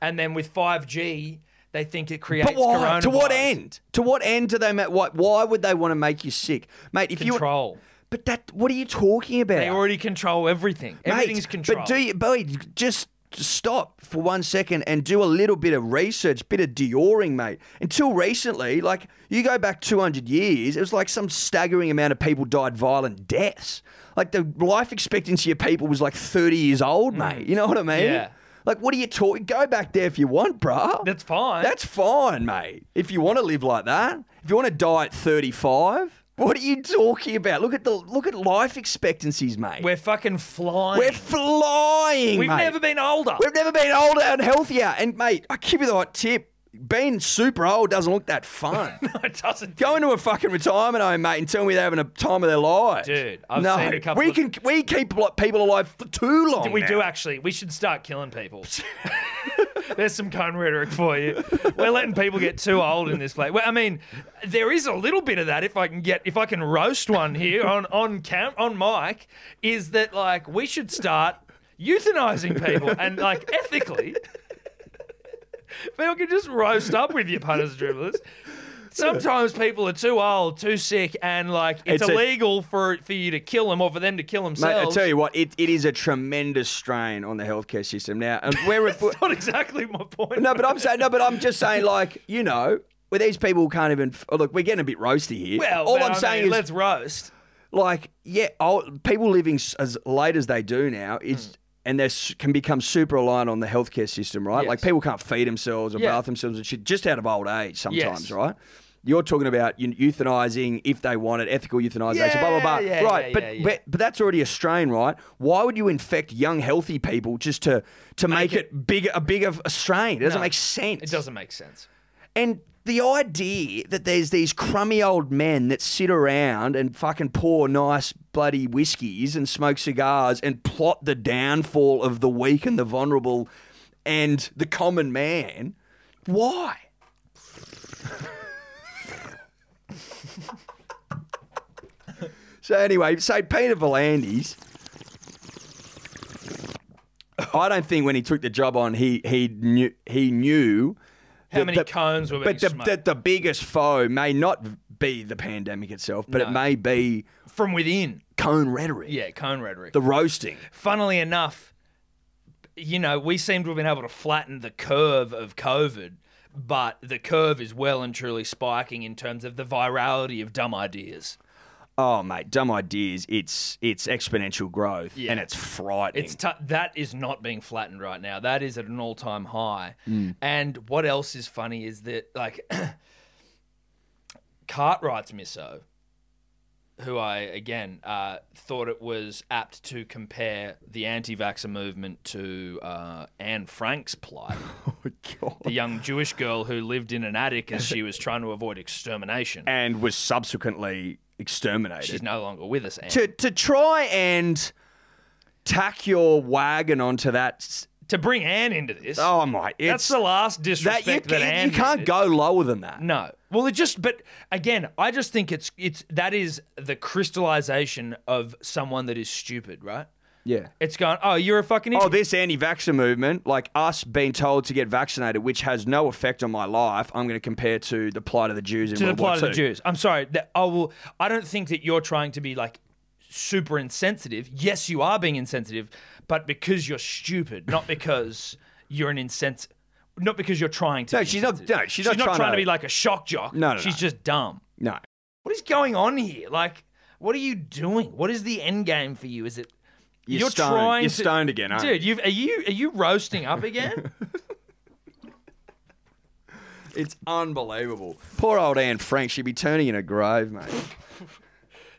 [SPEAKER 2] and then with 5g they think it creates
[SPEAKER 3] But why? To what
[SPEAKER 2] coronavirus.
[SPEAKER 3] end? To what end do they make? Why, why would they want to make you sick, mate? If you
[SPEAKER 2] control
[SPEAKER 3] But that, what are you talking about?
[SPEAKER 2] They already control everything.
[SPEAKER 3] Mate,
[SPEAKER 2] Everything's controlled.
[SPEAKER 3] But do you, boy, just stop for one second and do a little bit of research, bit of Dioring, mate. Until recently, like you go back 200 years, it was like some staggering amount of people died violent deaths. Like the life expectancy of people was like 30 years old, mate. You know what I mean?
[SPEAKER 2] Hmm. Yeah.
[SPEAKER 3] Like, what are you talking? Go back there if you want, bruh.
[SPEAKER 2] That's fine.
[SPEAKER 3] That's fine, mate. If you want to live like that, if you want to die at 35, what are you talking about? Look at the look at life expectancies, mate.
[SPEAKER 2] We're fucking flying.
[SPEAKER 3] We're flying.
[SPEAKER 2] We've
[SPEAKER 3] mate.
[SPEAKER 2] never been older.
[SPEAKER 3] We've never been older and healthier. And mate, I give you the hot tip: being super old doesn't look that fun.
[SPEAKER 2] it doesn't.
[SPEAKER 3] Go into a fucking retirement home, mate, and tell me they're having a time of their lives,
[SPEAKER 2] Dude, I've
[SPEAKER 3] no,
[SPEAKER 2] seen a couple
[SPEAKER 3] We
[SPEAKER 2] of-
[SPEAKER 3] can we keep li- people alive for too long.
[SPEAKER 2] We
[SPEAKER 3] now.
[SPEAKER 2] do actually. We should start killing people. There's some con rhetoric for you. We're letting people get too old in this place. Well, I mean, there is a little bit of that. If I can get, if I can roast one here on on cam on mic, is that like we should start euthanizing people and like ethically. People can just roast up with your punters dribblers. Sometimes people are too old, too sick, and like it's,
[SPEAKER 3] It's a-
[SPEAKER 2] illegal for for you to kill them or for them to kill
[SPEAKER 3] Mate,
[SPEAKER 2] themselves.
[SPEAKER 3] I tell you what, it, it is a tremendous strain on the healthcare system now. And we're at,
[SPEAKER 2] That's not exactly my point.
[SPEAKER 3] no, but I'm saying no, but I'm just saying like you know, where these people can't even f- oh, look. We're getting a bit roasty here.
[SPEAKER 2] well,
[SPEAKER 3] all
[SPEAKER 2] well,
[SPEAKER 3] I'm
[SPEAKER 2] I
[SPEAKER 3] saying
[SPEAKER 2] mean,
[SPEAKER 3] is
[SPEAKER 2] let's roast.
[SPEAKER 3] like yeah old, people living s- as late as they do now is
[SPEAKER 2] Mm.
[SPEAKER 3] and they can become super reliant on the healthcare system right like
[SPEAKER 2] Yes.
[SPEAKER 3] people can't feed themselves or
[SPEAKER 2] Yeah.
[SPEAKER 3] bath themselves and shit just out of old age sometimes
[SPEAKER 2] Yes.
[SPEAKER 3] right you're talking about eu- euthanizing if they want it, ethical euthanization, blah blah blah.
[SPEAKER 2] Yeah, yeah,
[SPEAKER 3] right,
[SPEAKER 2] yeah,
[SPEAKER 3] but,
[SPEAKER 2] yeah, yeah.
[SPEAKER 3] but but that's already a strain, right? Why would you infect young, healthy people just to to make,
[SPEAKER 2] it-
[SPEAKER 3] it, bigger a bigger a strain? It doesn't
[SPEAKER 2] No,
[SPEAKER 3] make sense.
[SPEAKER 2] It doesn't make sense.
[SPEAKER 3] And the idea that there's these crummy old men that sit around and fucking pour nice bloody whiskies and smoke cigars and plot the downfall of the weak and the vulnerable and the common man. Why? so anyway, so Peter Volandis. I don't think when he took the job on, he he knew he knew
[SPEAKER 2] How
[SPEAKER 3] that
[SPEAKER 2] many
[SPEAKER 3] the-
[SPEAKER 2] cones were being
[SPEAKER 3] but the,
[SPEAKER 2] smoked
[SPEAKER 3] the, the biggest foe may not be the pandemic itself, but
[SPEAKER 2] No.
[SPEAKER 3] it may be
[SPEAKER 2] from within?
[SPEAKER 3] cone rhetoric,
[SPEAKER 2] Yeah, cone rhetoric.
[SPEAKER 3] the roasting.
[SPEAKER 2] Funnily enough, you know, we seem to have been able to flatten the curve of COVID, but the curve is well and truly spiking in terms of the virality of dumb ideas.
[SPEAKER 3] Oh mate, dumb ideas. It's it's exponential growth
[SPEAKER 2] Yeah.
[SPEAKER 3] and it's frightening.
[SPEAKER 2] It's t- that is not being flattened right now. That is at an all-time high.
[SPEAKER 3] Hmm.
[SPEAKER 2] And what else is funny is that like Cartwright's misso, who I again uh, thought it was apt to compare the anti-vaxxer movement to uh, Anne Frank's plight,
[SPEAKER 3] oh, God.
[SPEAKER 2] the young Jewish girl who lived in an attic as she was trying to avoid extermination.
[SPEAKER 3] and was subsequently exterminated.
[SPEAKER 2] She's no longer with us. Anne.
[SPEAKER 3] to to try and tack your wagon onto that. s-
[SPEAKER 2] To bring Anne into this,
[SPEAKER 3] Oh my,
[SPEAKER 2] that's
[SPEAKER 3] it's
[SPEAKER 2] the last
[SPEAKER 3] that you,
[SPEAKER 2] disrespect that,
[SPEAKER 3] you-
[SPEAKER 2] Anne
[SPEAKER 3] you can't
[SPEAKER 2] did.
[SPEAKER 3] go lower than that.
[SPEAKER 2] No. Well, it just but again, I just think it's it's that is the crystallization of someone that is stupid, right?
[SPEAKER 3] Yeah.
[SPEAKER 2] It's going, "Oh, you're a fucking idiot."
[SPEAKER 3] Oh, this anti-vaxxer movement, like us being told to get vaccinated, which has no effect on my life, I'm going to compare to the plight of the Jews in
[SPEAKER 2] to the
[SPEAKER 3] World War
[SPEAKER 2] plight of the
[SPEAKER 3] II.
[SPEAKER 2] Jews. I'm sorry. That I will I don't think that you're trying to be like super insensitive. Yes, you are being insensitive, but because you're stupid, not because you're an insens not because you're trying to
[SPEAKER 3] No,
[SPEAKER 2] be
[SPEAKER 3] she's not-
[SPEAKER 2] insensitive.
[SPEAKER 3] no, she's not trying
[SPEAKER 2] trying to
[SPEAKER 3] to-
[SPEAKER 2] be like a shock jock.
[SPEAKER 3] No, no,
[SPEAKER 2] She's
[SPEAKER 3] no.
[SPEAKER 2] just dumb.
[SPEAKER 3] No,
[SPEAKER 2] what is going on here? Like, what are you doing? What is the end game for you? Is it
[SPEAKER 3] You're stoned.
[SPEAKER 2] trying?
[SPEAKER 3] You're
[SPEAKER 2] to-
[SPEAKER 3] stoned again, aren't
[SPEAKER 2] dude? You've, are you are you roasting up again?
[SPEAKER 3] it's unbelievable. Poor old Anne Frank, she'd be turning in her grave, mate.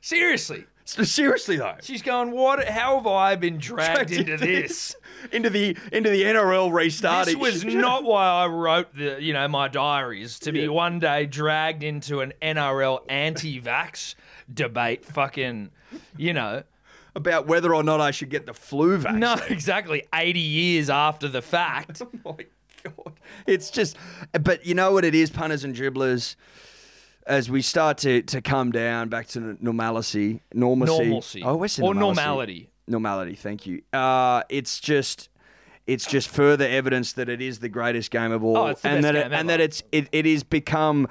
[SPEAKER 2] Seriously,
[SPEAKER 3] S- Seriously though,
[SPEAKER 2] she's going. What? How have I been dragged into this?
[SPEAKER 3] into the into the NRL
[SPEAKER 2] This
[SPEAKER 3] restarting.
[SPEAKER 2] was not why I wrote the you know my diaries to be
[SPEAKER 3] Yeah.
[SPEAKER 2] one day dragged into an NRL anti-vax debate. Fucking, you know.
[SPEAKER 3] about whether or not I should get the flu vaccine.
[SPEAKER 2] No, exactly. 80 years after the fact.
[SPEAKER 3] Oh my god, it's just. But you know what it is, punters and dribblers. As we start to, to come down back to n- normalcy, normalcy,
[SPEAKER 2] Normalcy.
[SPEAKER 3] oh, we're saying
[SPEAKER 2] Or
[SPEAKER 3] normalcy.
[SPEAKER 2] normality.
[SPEAKER 3] normality. Thank you. Uh, it's just, it's just further evidence that it is the greatest game of all,
[SPEAKER 2] Oh, it's the
[SPEAKER 3] and
[SPEAKER 2] best
[SPEAKER 3] that it,
[SPEAKER 2] game
[SPEAKER 3] and
[SPEAKER 2] ever.
[SPEAKER 3] that it's it, it is become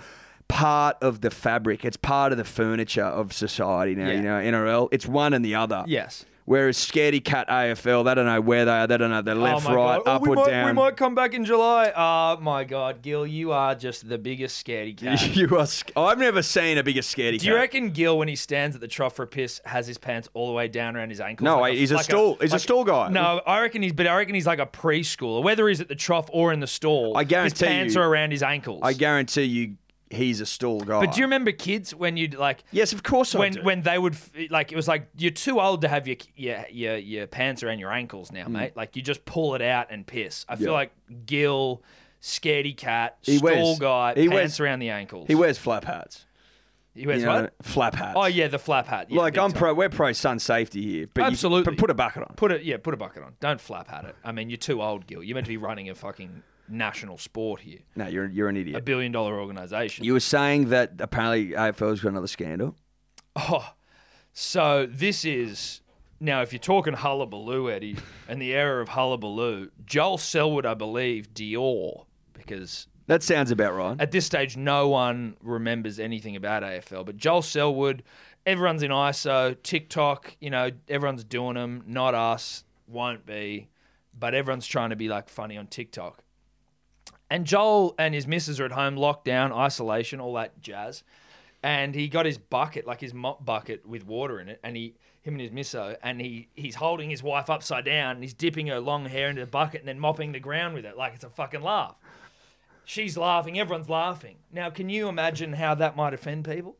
[SPEAKER 3] part of the fabric. It's part of the furniture of society now. You know,
[SPEAKER 2] Yeah.
[SPEAKER 3] NRL. It's one and the other.
[SPEAKER 2] Yes.
[SPEAKER 3] Whereas scaredy cat AFL, they don't know where they are. They don't know they're left,
[SPEAKER 2] Oh my
[SPEAKER 3] right,
[SPEAKER 2] God. Oh,
[SPEAKER 3] up
[SPEAKER 2] we
[SPEAKER 3] or
[SPEAKER 2] might,
[SPEAKER 3] down.
[SPEAKER 2] We might come back in July. Oh my God, Gil, you are just the biggest scaredy cat.
[SPEAKER 3] You are. Sc- I've never seen a bigger scaredy
[SPEAKER 2] Do
[SPEAKER 3] cat.
[SPEAKER 2] you reckon Gil, when he stands at the trough for a piss, has his pants all the way down around his ankles?
[SPEAKER 3] No,
[SPEAKER 2] Like
[SPEAKER 3] he's a stall- he's a stall guy.
[SPEAKER 2] No, I reckon he's, but I reckon he's like a preschooler. Whether he's at the trough or in the stall,
[SPEAKER 3] I guarantee
[SPEAKER 2] his pants
[SPEAKER 3] you-
[SPEAKER 2] are around his ankles.
[SPEAKER 3] I guarantee you, he's a stall guy.
[SPEAKER 2] But do you remember kids when you'd like?
[SPEAKER 3] Yes, of course I
[SPEAKER 2] when
[SPEAKER 3] do.
[SPEAKER 2] when they would f- like it was like you're too old to have your your your, your pants around your ankles now, mate. Like you just pull it out and piss. I feel
[SPEAKER 3] Mm. Yeah.
[SPEAKER 2] like Gil, scaredy cat,
[SPEAKER 3] He
[SPEAKER 2] stall
[SPEAKER 3] wears-
[SPEAKER 2] guy,
[SPEAKER 3] he
[SPEAKER 2] pants
[SPEAKER 3] wears-
[SPEAKER 2] around the ankles.
[SPEAKER 3] he wears flap hats.
[SPEAKER 2] He wears
[SPEAKER 3] You know
[SPEAKER 2] what?
[SPEAKER 3] I mean? Flap hats.
[SPEAKER 2] Oh yeah, the flap hat. Yeah,
[SPEAKER 3] like
[SPEAKER 2] big
[SPEAKER 3] I'm
[SPEAKER 2] time.
[SPEAKER 3] pro. We're pro sun safety here. But you-
[SPEAKER 2] Absolutely.
[SPEAKER 3] but put a bucket on.
[SPEAKER 2] put it. Yeah, put a bucket on. Don't flap at it. I mean, you're too old, Gil. You're meant to be running a fucking national sport here,
[SPEAKER 3] No, you're you're an
[SPEAKER 2] a
[SPEAKER 3] idiot.
[SPEAKER 2] billion dollar organization.
[SPEAKER 3] You were saying that apparently AFL's got another scandal.
[SPEAKER 2] Oh, so this is now if you're talking hullabaloo, Eddie, and the era of hullabaloo, Joel Selwood, I believe, Dior, because
[SPEAKER 3] That sounds about right.
[SPEAKER 2] at this stage no one remembers anything about AFL, but Joel Selwood, everyone's in ISO, TikTok, you know, everyone's doing them, not us, won't be, but everyone's trying to be like funny on TikTok. And Joel and his missus are at home, lockdown, isolation, all that jazz. And he got his bucket, like his mop bucket with water in it, and he, him and his misso, and he, he's holding his wife upside down, and he's dipping her long hair into the bucket and then mopping the ground with it, like it's a fucking laugh. She's laughing, everyone's laughing. Now, can you imagine how that might offend people?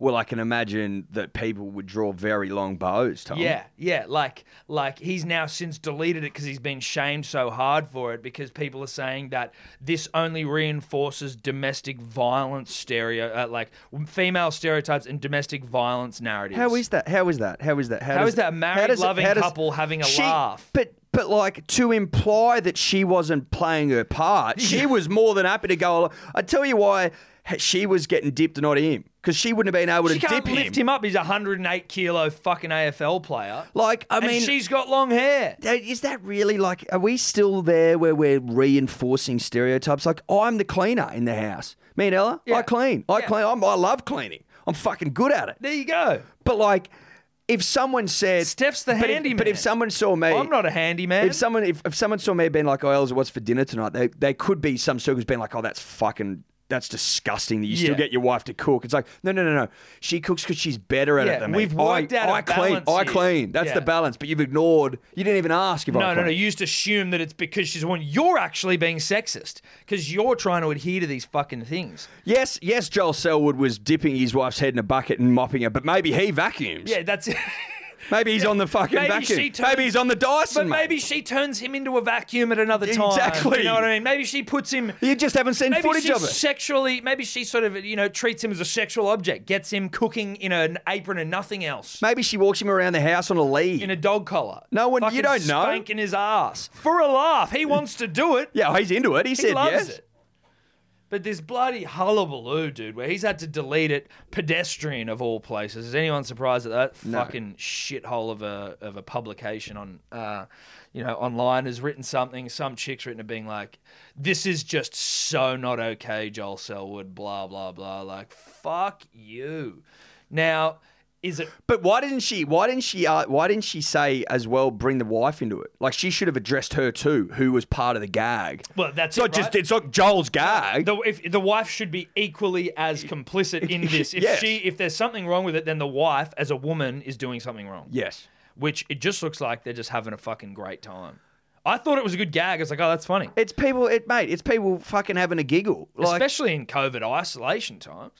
[SPEAKER 3] Well, I can imagine that people would draw very long bows. Tom.
[SPEAKER 2] Yeah, yeah, like like he's now since deleted it because he's been shamed so hard for it because people are saying that this only reinforces domestic violence stereo, uh, like female stereotypes and domestic violence narratives.
[SPEAKER 3] How is that? How is that? How is that?
[SPEAKER 2] How
[SPEAKER 3] does
[SPEAKER 2] is that a
[SPEAKER 3] it- how
[SPEAKER 2] married,
[SPEAKER 3] does it-
[SPEAKER 2] loving
[SPEAKER 3] how does-
[SPEAKER 2] couple having a
[SPEAKER 3] She-
[SPEAKER 2] laugh?
[SPEAKER 3] But but like to imply that she wasn't playing her part, she was more than happy to go. al- I tell you why h- she was getting dipped, not him, because she wouldn't have been able
[SPEAKER 2] She
[SPEAKER 3] to
[SPEAKER 2] can't
[SPEAKER 3] dip
[SPEAKER 2] lift
[SPEAKER 3] him.
[SPEAKER 2] him up. He's a 108 kilo fucking AFL player.
[SPEAKER 3] Like I
[SPEAKER 2] and
[SPEAKER 3] mean,
[SPEAKER 2] she's got long hair.
[SPEAKER 3] Uh, Is that really like, are we still there where we're reinforcing stereotypes? Like, I'm the cleaner in the house. Me and Ella, I
[SPEAKER 2] Yeah.
[SPEAKER 3] clean. I
[SPEAKER 2] Yeah.
[SPEAKER 3] clean. I'm, I love cleaning. I'm fucking good at it.
[SPEAKER 2] There you go.
[SPEAKER 3] But like, if someone said,
[SPEAKER 2] Steph's the
[SPEAKER 3] but
[SPEAKER 2] handyman.
[SPEAKER 3] If, but if someone saw me,
[SPEAKER 2] I'm not a handyman.
[SPEAKER 3] If someone, if, if someone saw me being like, oh, Elsa, what's for dinner tonight? They, they could be some circles being like, oh, that's fucking, that's disgusting that you still
[SPEAKER 2] Yeah.
[SPEAKER 3] get your wife to cook. It's like, no, no, no, no. She cooks because she's better at
[SPEAKER 2] Yeah,
[SPEAKER 3] it than
[SPEAKER 2] we've
[SPEAKER 3] me.
[SPEAKER 2] worked
[SPEAKER 3] I,
[SPEAKER 2] out a
[SPEAKER 3] I clean.
[SPEAKER 2] balance here.
[SPEAKER 3] I clean. That's
[SPEAKER 2] Yeah.
[SPEAKER 3] the balance. But you've ignored. You didn't even ask if I
[SPEAKER 2] No, no,
[SPEAKER 3] clean.
[SPEAKER 2] no. You just assume that it's because she's a woman. You're actually being sexist because you're trying to adhere to these fucking things.
[SPEAKER 3] Yes, yes, Joel Selwood was dipping his wife's head in a bucket and mopping it, but maybe he vacuums.
[SPEAKER 2] Yeah, that's it.
[SPEAKER 3] Maybe he's on the fucking
[SPEAKER 2] Maybe
[SPEAKER 3] vacuum.
[SPEAKER 2] she turns-
[SPEAKER 3] maybe he's on the
[SPEAKER 2] but
[SPEAKER 3] Dyson. mate.
[SPEAKER 2] maybe she turns him into a vacuum at another time.
[SPEAKER 3] Exactly.
[SPEAKER 2] You know what I mean? Maybe she puts him.
[SPEAKER 3] you just haven't seen
[SPEAKER 2] Maybe
[SPEAKER 3] footage
[SPEAKER 2] she
[SPEAKER 3] of it.
[SPEAKER 2] sexually. Maybe she sort of you know treats him as a sexual object. Gets him cooking in an apron and nothing else.
[SPEAKER 3] Maybe she walks him around the house on a lead.
[SPEAKER 2] In a dog collar.
[SPEAKER 3] No one-
[SPEAKER 2] Fucking
[SPEAKER 3] you don't know.
[SPEAKER 2] Spanking his ass for a laugh. He wants to do it.
[SPEAKER 3] yeah, he's into it. He,
[SPEAKER 2] He
[SPEAKER 3] said
[SPEAKER 2] loves
[SPEAKER 3] yes.
[SPEAKER 2] it. But this bloody hullabaloo, dude, where he's had to delete it, pedestrian of all places. Is anyone surprised at that fucking shithole of a of a publication on, uh, you know, online has written something? Some chick's written it being like, "This is just so not okay, Joel Selwood." Blah blah blah. Like, fuck you. Now, is it
[SPEAKER 3] But why didn't she? Why didn't she? Uh, why didn't she say as well? Bring the wife into it. Like she should have addressed her too, who was part of the gag.
[SPEAKER 2] well? That's
[SPEAKER 3] It's not
[SPEAKER 2] it, right?
[SPEAKER 3] just. It's not Joel's gag.
[SPEAKER 2] the if the wife should be equally as complicit in this. If
[SPEAKER 3] Yes.
[SPEAKER 2] she if there's something wrong with it, then the wife as a woman is doing something wrong.
[SPEAKER 3] yes.
[SPEAKER 2] Which it just looks like they're just having a fucking great time. I thought it was a good gag. It's like, oh, that's funny.
[SPEAKER 3] It's people. It mate. It's people fucking having a giggle. Like
[SPEAKER 2] Especially in COVID isolation times.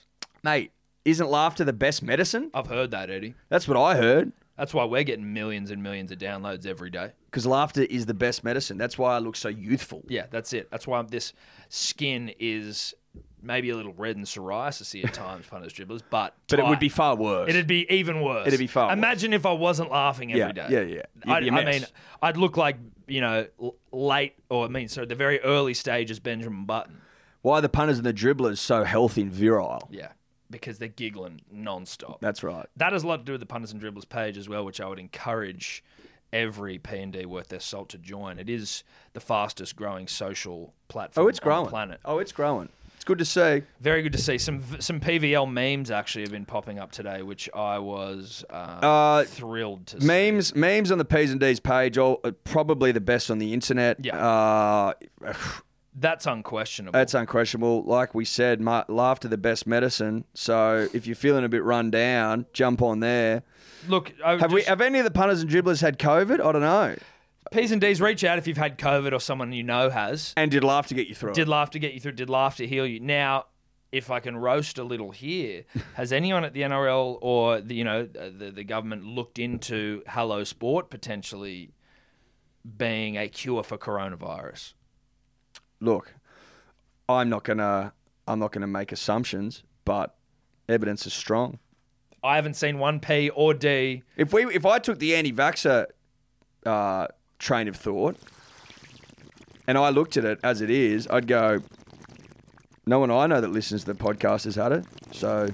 [SPEAKER 3] mate, isn't laughter the best medicine?
[SPEAKER 2] I've heard that, Eddie.
[SPEAKER 3] That's what I heard.
[SPEAKER 2] That's why we're getting millions and millions of downloads every day.
[SPEAKER 3] Because laughter is the best medicine. That's why I look so youthful.
[SPEAKER 2] Yeah, that's it. That's why this skin is maybe a little red and psoriasis at times, punters, dribblers, but
[SPEAKER 3] But it would
[SPEAKER 2] tight.
[SPEAKER 3] be far worse.
[SPEAKER 2] It'd be even worse.
[SPEAKER 3] It'd be far worse.
[SPEAKER 2] Imagine if I wasn't laughing every day.
[SPEAKER 3] Yeah, yeah, yeah. You'd
[SPEAKER 2] I'd-
[SPEAKER 3] be a
[SPEAKER 2] I,
[SPEAKER 3] mess.
[SPEAKER 2] mean, I'd look like you know l- late, or I mean, sorry, the very early stages Benjamin Button.
[SPEAKER 3] why are the punters and the dribblers so healthy and virile?
[SPEAKER 2] Yeah, because they're giggling nonstop.
[SPEAKER 3] That's right.
[SPEAKER 2] That has a lot to do with the punters and dribblers page as well, which I would encourage every P and D worth their salt to join. It is the fastest growing social platform.
[SPEAKER 3] Oh, it's
[SPEAKER 2] on the
[SPEAKER 3] growing.
[SPEAKER 2] planet.
[SPEAKER 3] Oh, it's growing. It's good to see.
[SPEAKER 2] Very good to see. Some some PVL memes actually have been popping up today, which I was uh,
[SPEAKER 3] Uh,
[SPEAKER 2] thrilled to see.
[SPEAKER 3] Memes, memes on the P's and D's page all, are probably the best on the internet.
[SPEAKER 2] Yeah.
[SPEAKER 3] Uh,
[SPEAKER 2] That's unquestionable.
[SPEAKER 3] that's unquestionable. Like we said, my, laughter the best medicine. So if you're feeling a bit run down, jump on there.
[SPEAKER 2] Look, I
[SPEAKER 3] Have we? Have any of the punters and dribblers had COVID? I don't know.
[SPEAKER 2] P's and D's reach out if you've had COVID or someone you know has.
[SPEAKER 3] And did laughter get you through?
[SPEAKER 2] Did
[SPEAKER 3] it?
[SPEAKER 2] laugh to get you through? Did laugh to heal you? Now, if I can roast a little here, has anyone at the NRL or the you know uh, the the government looked into Hello Sport potentially being a cure for coronavirus?
[SPEAKER 3] Look, I'm not gonna. I'm not gonna make assumptions, but evidence is strong.
[SPEAKER 2] I haven't seen one P or D.
[SPEAKER 3] If we, if I took the anti-vaxxer uh, train of thought, and I looked at it as it is, I'd go. No one I know that listens to the podcast has had it, so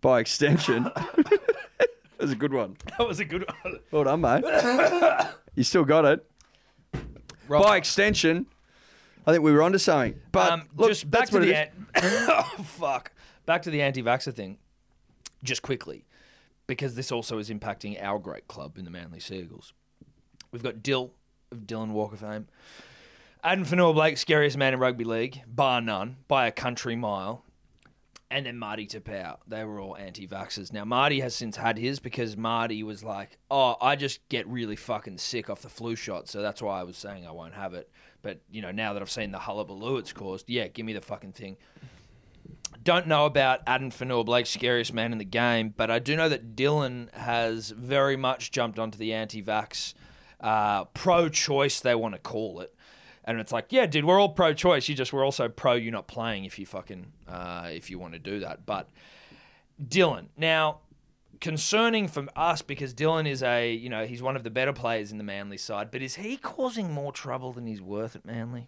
[SPEAKER 3] by extension, that's a good one.
[SPEAKER 2] That was a good one.
[SPEAKER 3] Well done, mate. you still got it.
[SPEAKER 2] Rob-
[SPEAKER 3] By extension, I think we were onto something. But
[SPEAKER 2] um,
[SPEAKER 3] look,
[SPEAKER 2] just back
[SPEAKER 3] that's
[SPEAKER 2] to
[SPEAKER 3] what
[SPEAKER 2] the
[SPEAKER 3] it is.
[SPEAKER 2] an- oh, fuck. Back to the anti-vaxxer thing, just quickly, because this also is impacting our great club in the Manly Seagulls. We've got Dill of Dylan Walker fame, Adam Fanua Blake, scariest man in rugby league, bar none, by a country mile. And then Marty Tapau. They were all anti vaxxers. Now, Marty has since had his because Marty was like, oh, I just get really fucking sick off the flu shot. So that's why I was saying I won't have it. But, you know, now that I've seen the hullabaloo it's caused, yeah, give me the fucking thing. Don't know about Adam Fanua Blake, scariest man in the game, but I do know that Dylan has very much jumped onto the anti vax, uh, pro choice, they want to call it. And it's like, yeah, dude, we're all pro choice. You just, we're also pro you not playing if you fucking, uh, if you want to do that. But Dylan, now concerning for us because Dylan is a, you know, he's one of the better players in the Manly side, but is he causing more trouble than he's worth at Manly?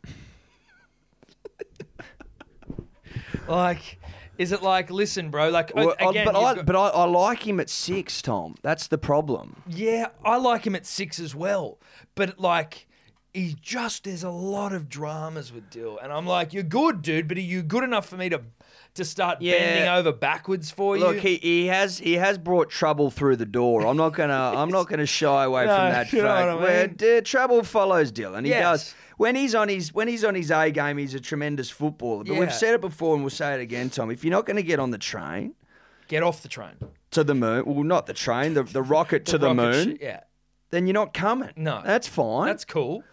[SPEAKER 2] like, is it like, listen, bro, like,
[SPEAKER 3] Well, I-
[SPEAKER 2] again,
[SPEAKER 3] but
[SPEAKER 2] you've
[SPEAKER 3] I,
[SPEAKER 2] got-
[SPEAKER 3] but I, I like him at six, Tom. That's the problem.
[SPEAKER 2] yeah, I like him at six as well. But like, he just there's a lot of dramas with Dill, and I'm like, you're good, dude. But are you good enough for me to to start
[SPEAKER 3] Yeah.
[SPEAKER 2] bending over backwards for you?
[SPEAKER 3] Look, he, he has he has brought trouble through the door. I'm not gonna I'm not gonna shy away
[SPEAKER 2] No,
[SPEAKER 3] from that
[SPEAKER 2] you know
[SPEAKER 3] fact.
[SPEAKER 2] what I
[SPEAKER 3] Where
[SPEAKER 2] mean?
[SPEAKER 3] d- trouble follows Dylan. He
[SPEAKER 2] Yes.
[SPEAKER 3] does. When he's on his when he's on his A game, he's a tremendous footballer. But
[SPEAKER 2] Yeah.
[SPEAKER 3] we've said it before, and we'll say it again, Tom. If you're not gonna get on the train
[SPEAKER 2] Get off the train.
[SPEAKER 3] to the moon, well, not the train, the, the rocket to the
[SPEAKER 2] rocket
[SPEAKER 3] moon,
[SPEAKER 2] ship, yeah,
[SPEAKER 3] then you're not coming.
[SPEAKER 2] No.
[SPEAKER 3] that's fine.
[SPEAKER 2] that's cool.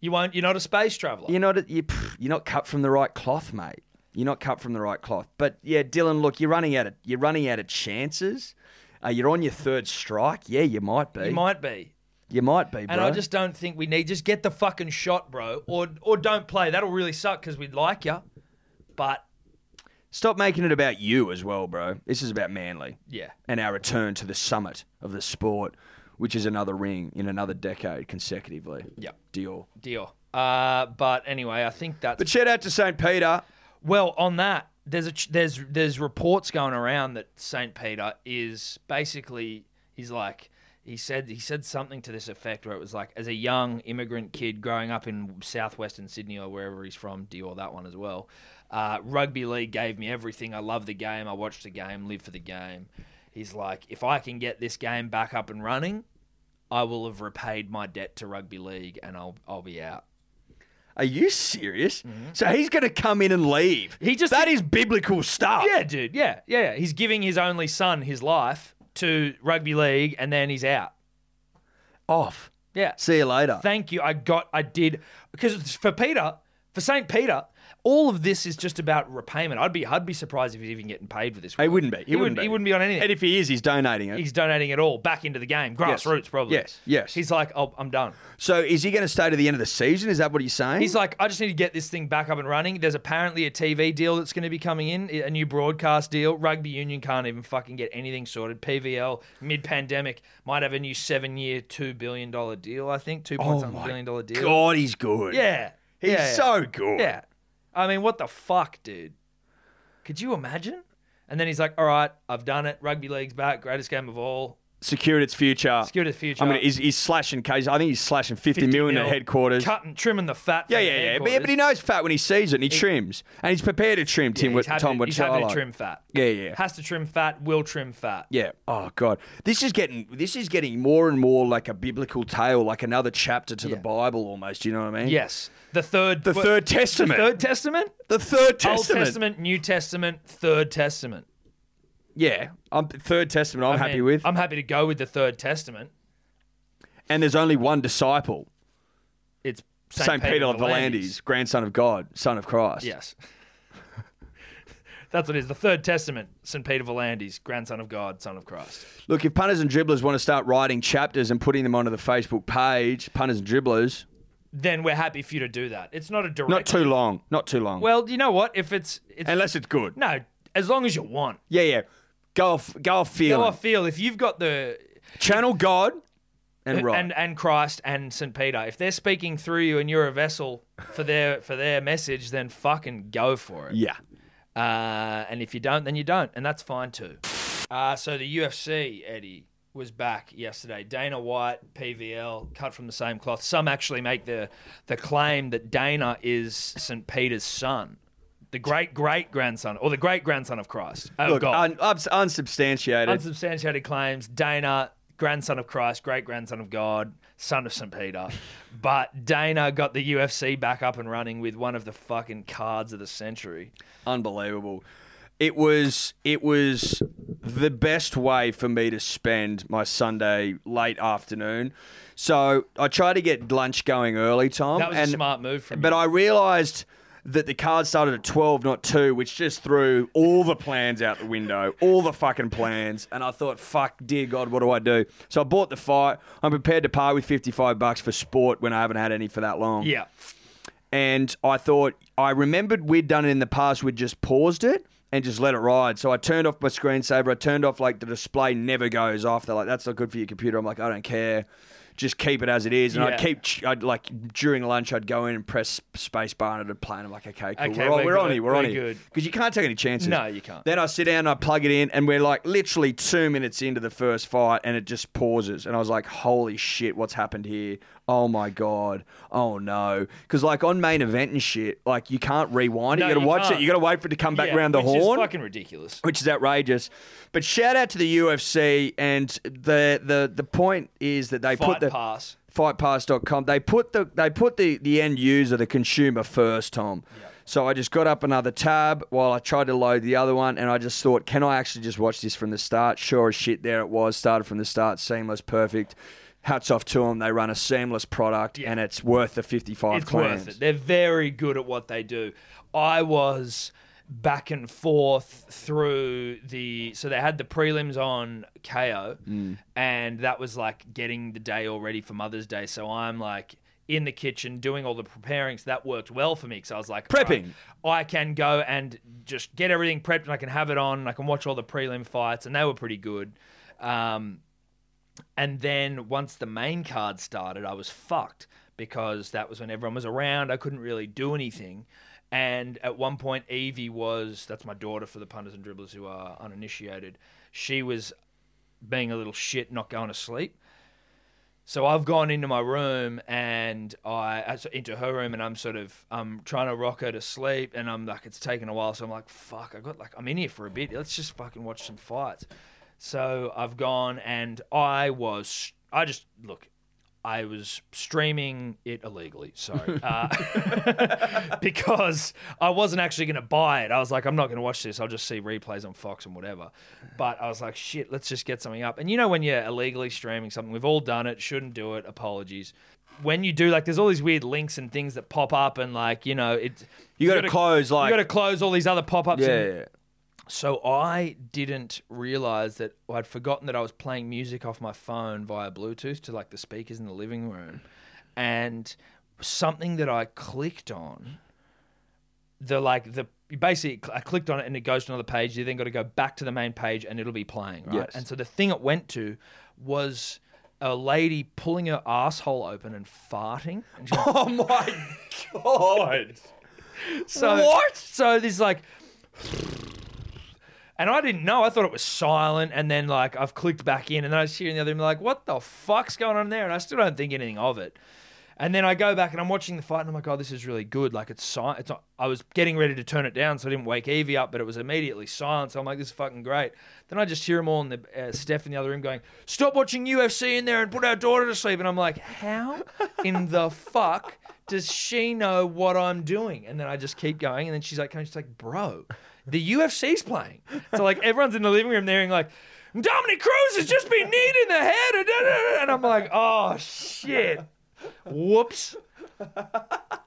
[SPEAKER 2] You won't. You're not a space traveler.
[SPEAKER 3] You're not you, pff, you're not cut from the right cloth, mate. You're not cut from the right cloth. But yeah, Dylan, look, you're running out of you're running out of chances. Uh, you're on your third strike. Yeah, you might be.
[SPEAKER 2] You might be.
[SPEAKER 3] You might be, bro.
[SPEAKER 2] And I just don't think we need. Just get the fucking shot, bro, or or don't play. That'll really suck because we'd like you. But
[SPEAKER 3] stop making it about you as well, bro. This is about Manly
[SPEAKER 2] yeah,
[SPEAKER 3] and our return to the summit of the sport, which is another ring in another decade consecutively.
[SPEAKER 2] Yep.
[SPEAKER 3] Dior.
[SPEAKER 2] deal. Uh, but anyway, I think that's
[SPEAKER 3] But shout out to St. Peter.
[SPEAKER 2] Well, on that, there's a ch- there's there's reports going around that Saint Peter is basically he's like he said he said something to this effect where it was like as a young immigrant kid growing up in southwestern Sydney or wherever he's from, Dior that one as well. Uh, rugby league gave me everything. I love the game. I watch the game. Live for the game. He's like, if I can get this game back up and running, I will have repaid my debt to rugby league, and I'll I'll be out.
[SPEAKER 3] Are you serious? So he's going to come in and leave.
[SPEAKER 2] Mm-hmm. He just-
[SPEAKER 3] that is biblical stuff.
[SPEAKER 2] Yeah, dude. Yeah, yeah. yeah. He's giving his only son his life to rugby league, and then he's out.
[SPEAKER 3] Off.
[SPEAKER 2] Yeah.
[SPEAKER 3] See you later.
[SPEAKER 2] Thank you. I got. I did. Because for Peter, for Saint Peter, all of this is just about repayment. I'd be. I'd be surprised if he's even getting paid for this.
[SPEAKER 3] He
[SPEAKER 2] work.
[SPEAKER 3] wouldn't be. He, wouldn't, be.
[SPEAKER 2] He wouldn't be on anything.
[SPEAKER 3] And if he is, he's donating it.
[SPEAKER 2] he's donating it all back into the game. Grassroots, probably.
[SPEAKER 3] Yes, yes.
[SPEAKER 2] He's like, oh, I'm done.
[SPEAKER 3] so is he going to stay to the end of the season? Is that what he's saying?
[SPEAKER 2] He's like, I just need to get this thing back up and running. There's apparently a TV deal that's going to be coming in, a new broadcast deal. Rugby union can't even fucking get anything sorted. PVL mid pandemic might have a new seven year, two billion dollar deal. I think two point
[SPEAKER 3] oh
[SPEAKER 2] something
[SPEAKER 3] my
[SPEAKER 2] billion dollar deal.
[SPEAKER 3] God, he's good.
[SPEAKER 2] Yeah,
[SPEAKER 3] he's
[SPEAKER 2] yeah,
[SPEAKER 3] so good.
[SPEAKER 2] yeah. I mean, what the fuck, dude? Could you imagine? And then he's like, "All right, I've done it. Rugby league's back. Greatest game of all.
[SPEAKER 3] secured its future.
[SPEAKER 2] Secured its future.
[SPEAKER 3] I mean, he's, he's slashing case. I think he's slashing 50,
[SPEAKER 2] 50
[SPEAKER 3] million
[SPEAKER 2] mil.
[SPEAKER 3] at headquarters.
[SPEAKER 2] Cutting, trimming the fat.
[SPEAKER 3] Yeah,
[SPEAKER 2] from
[SPEAKER 3] yeah,
[SPEAKER 2] the
[SPEAKER 3] yeah. But, yeah. but he
[SPEAKER 2] headquarters.
[SPEAKER 3] knows fat when he sees it and he trims. And he's prepared to trim Tim
[SPEAKER 2] Yeah,
[SPEAKER 3] with
[SPEAKER 2] he's had
[SPEAKER 3] Tom
[SPEAKER 2] to,
[SPEAKER 3] with
[SPEAKER 2] he's had to trim fat.
[SPEAKER 3] Yeah, yeah.
[SPEAKER 2] Has to trim fat. Will trim fat.
[SPEAKER 3] Yeah. Oh God. This is getting this is getting more and more like a biblical tale, like another chapter to
[SPEAKER 2] Yeah.
[SPEAKER 3] the Bible almost, you know what I mean?
[SPEAKER 2] Yes. The third.
[SPEAKER 3] The
[SPEAKER 2] what-
[SPEAKER 3] Third
[SPEAKER 2] The
[SPEAKER 3] Testament.
[SPEAKER 2] third testament.
[SPEAKER 3] The Third
[SPEAKER 2] Old
[SPEAKER 3] Testament.
[SPEAKER 2] Testament, New Testament, Third Testament.
[SPEAKER 3] Yeah. I'm Third Testament I'm
[SPEAKER 2] I
[SPEAKER 3] happy
[SPEAKER 2] mean,
[SPEAKER 3] with.
[SPEAKER 2] I'm happy to go with the Third Testament.
[SPEAKER 3] and there's only one disciple,
[SPEAKER 2] It's Saint,
[SPEAKER 3] St. Peter of
[SPEAKER 2] the
[SPEAKER 3] Valandis, grandson of God, son of Christ.
[SPEAKER 2] Yes. That's what it is. The Third Testament, St. Peter Volandis, grandson of God, son of Christ.
[SPEAKER 3] Look, if punters and dribblers want to start writing chapters and putting them onto the Facebook page, punters and dribblers,
[SPEAKER 2] Then we're happy for you to do that. It's not a direct.
[SPEAKER 3] not too long. Not too long.
[SPEAKER 2] well, you know what? If it's. it's
[SPEAKER 3] Unless it's good.
[SPEAKER 2] No, as long as you want.
[SPEAKER 3] Yeah, yeah. Go off go off feeling.
[SPEAKER 2] How I feel, if you've got the.
[SPEAKER 3] Channel God and right.
[SPEAKER 2] Uh, And, and Christ and St. Peter. If they're speaking through you and you're a vessel for their for their message, then fucking go for it.
[SPEAKER 3] yeah.
[SPEAKER 2] Uh, and if you don't, then you don't, and that's fine too. Uh, so the UFC, Eddie, was back yesterday. Dana White, PVL, cut from the same cloth. Some actually make the the claim that Dana is St. Peter's son, the great great grandson, or the great grandson of Christ. Oh
[SPEAKER 3] Look,
[SPEAKER 2] God,
[SPEAKER 3] un- ups- unsubstantiated.
[SPEAKER 2] unsubstantiated claims. Dana, grandson of Christ, great grandson of God, son of St. Peter. But Dana got the UFC back up and running with one of the fucking cards of the century.
[SPEAKER 3] Unbelievable. It was it was the best way for me to spend my Sunday late afternoon. So I tried to get lunch going early, Tom.
[SPEAKER 2] That was
[SPEAKER 3] Um, and-
[SPEAKER 2] a smart move from
[SPEAKER 3] But
[SPEAKER 2] you.
[SPEAKER 3] I realised that the card started at twelve, not two, which just threw all the plans out the window, all the fucking plans. And I thought, fuck, dear God, what do I do? So I bought the fight. I'm prepared to pay with fifty-five bucks for sport when I haven't had any for that long.
[SPEAKER 2] yeah.
[SPEAKER 3] and I thought I remembered we'd done it in the past. We'd just paused it and just let it ride. So I turned off my screensaver. I turned off like the display never goes off. They're like, that's not good for your computer. I'm like, I don't care. Just keep it as it is. And I'd
[SPEAKER 2] Yeah.
[SPEAKER 3] keep, I'd like during lunch, I'd go in and press space bar and it'd play. And I'm like, okay, cool.
[SPEAKER 2] Okay,
[SPEAKER 3] we're,
[SPEAKER 2] we're
[SPEAKER 3] on, we're on
[SPEAKER 2] good,
[SPEAKER 3] here. We're, on
[SPEAKER 2] we're
[SPEAKER 3] here.
[SPEAKER 2] good.
[SPEAKER 3] Because you can't take any chances.
[SPEAKER 2] No, you can't.
[SPEAKER 3] Then I sit down and I plug it in, and we're like literally two minutes into the first fight, and it just pauses. And I was like, holy shit, what's happened here? Oh my God. Oh no. Because, like, on main event and shit, like, you can't rewind
[SPEAKER 2] No,
[SPEAKER 3] it. You gotta
[SPEAKER 2] you
[SPEAKER 3] watch
[SPEAKER 2] can't.
[SPEAKER 3] it. You gotta wait for it to come back
[SPEAKER 2] Yeah,
[SPEAKER 3] around the
[SPEAKER 2] which
[SPEAKER 3] horn.
[SPEAKER 2] Is fucking ridiculous.
[SPEAKER 3] which is outrageous, but shout out to the UFC and the the the point is that they put
[SPEAKER 2] Fight
[SPEAKER 3] the
[SPEAKER 2] pass.
[SPEAKER 3] fightpass.com they put the they put the the end user the consumer first tom so i just got up another tab while i tried to load the other one and i just thought can i actually just watch this from the start sure as shit there it was started from the start seamless perfect hats off to them they run a seamless product
[SPEAKER 2] Yeah.
[SPEAKER 3] and it's worth the 55
[SPEAKER 2] It's
[SPEAKER 3] claims
[SPEAKER 2] worth it. They're very good at what they do. I was back and forth through the so they had the prelims on KO and that was like getting the day all ready for Mother's Day. So I'm like in the kitchen doing all the preparing. So that worked well for me because I was like all
[SPEAKER 3] Prepping.
[SPEAKER 2] I can go and just get everything prepped and I can have it on. And I can watch all the prelim fights and they were pretty good. Um, and then once the main card started, I was fucked because that was when everyone was around. I couldn't really do anything. And at one point, Evie was that's my daughter for the punters and dribblers who are uninitiated. She was being a little shit, not going to sleep. So I've gone into my room and I uh, so into her room and I'm sort of I'm trying to rock her to sleep and I'm like it's taken a while so I'm like fuck I got like I'm in here for a bit let's just fucking watch some fights. So I've gone and I was I just look I was streaming it illegally sorry uh, because I wasn't actually going to buy it I was like I'm not going to watch this I'll just see replays on Fox and whatever but I was like shit let's just get something up and you know when you're illegally streaming something we've all done it shouldn't do it apologies when you do like there's all these weird links and things that pop up and like you know it
[SPEAKER 3] You gotta close, like-
[SPEAKER 2] you got to close all these other pop-ups and-
[SPEAKER 3] yeah
[SPEAKER 2] so I didn't realize that I'd forgotten that I was playing music off my phone via Bluetooth to like the speakers in the living room. And something that I clicked on, the like the basically I clicked on it and it goes to another page. You then got to go back to the main page and it'll be playing, right?
[SPEAKER 3] Yes.
[SPEAKER 2] And so the thing it went to was a lady pulling her asshole open and farting. And she went,
[SPEAKER 3] oh my god
[SPEAKER 2] so
[SPEAKER 3] What?
[SPEAKER 2] So this like, And I didn't know. I thought it was silent. And then, like, I've clicked back in and then I was hearing the other room, like, what the fuck's going on there? And I still don't think anything of it. And then I go back and I'm watching the fight and I'm like, oh, this is really good. Like, it's silent. It's not, I was getting ready to turn it down so I didn't wake Evie up, but it was immediately silent. So I'm like, this is fucking great. Then I just hear them all in the uh, Steph in the other room going, stop watching UFC in there and put our daughter to sleep. And I'm like, how in the fuck does she know what I'm doing? And then I just keep going. And then she's like, she's like, bro, the UFC's playing. So like everyone's in the living room there and like, Dominic Cruz has just been kneed in the head. and da, da, da. And I'm like, oh shit. Whoops.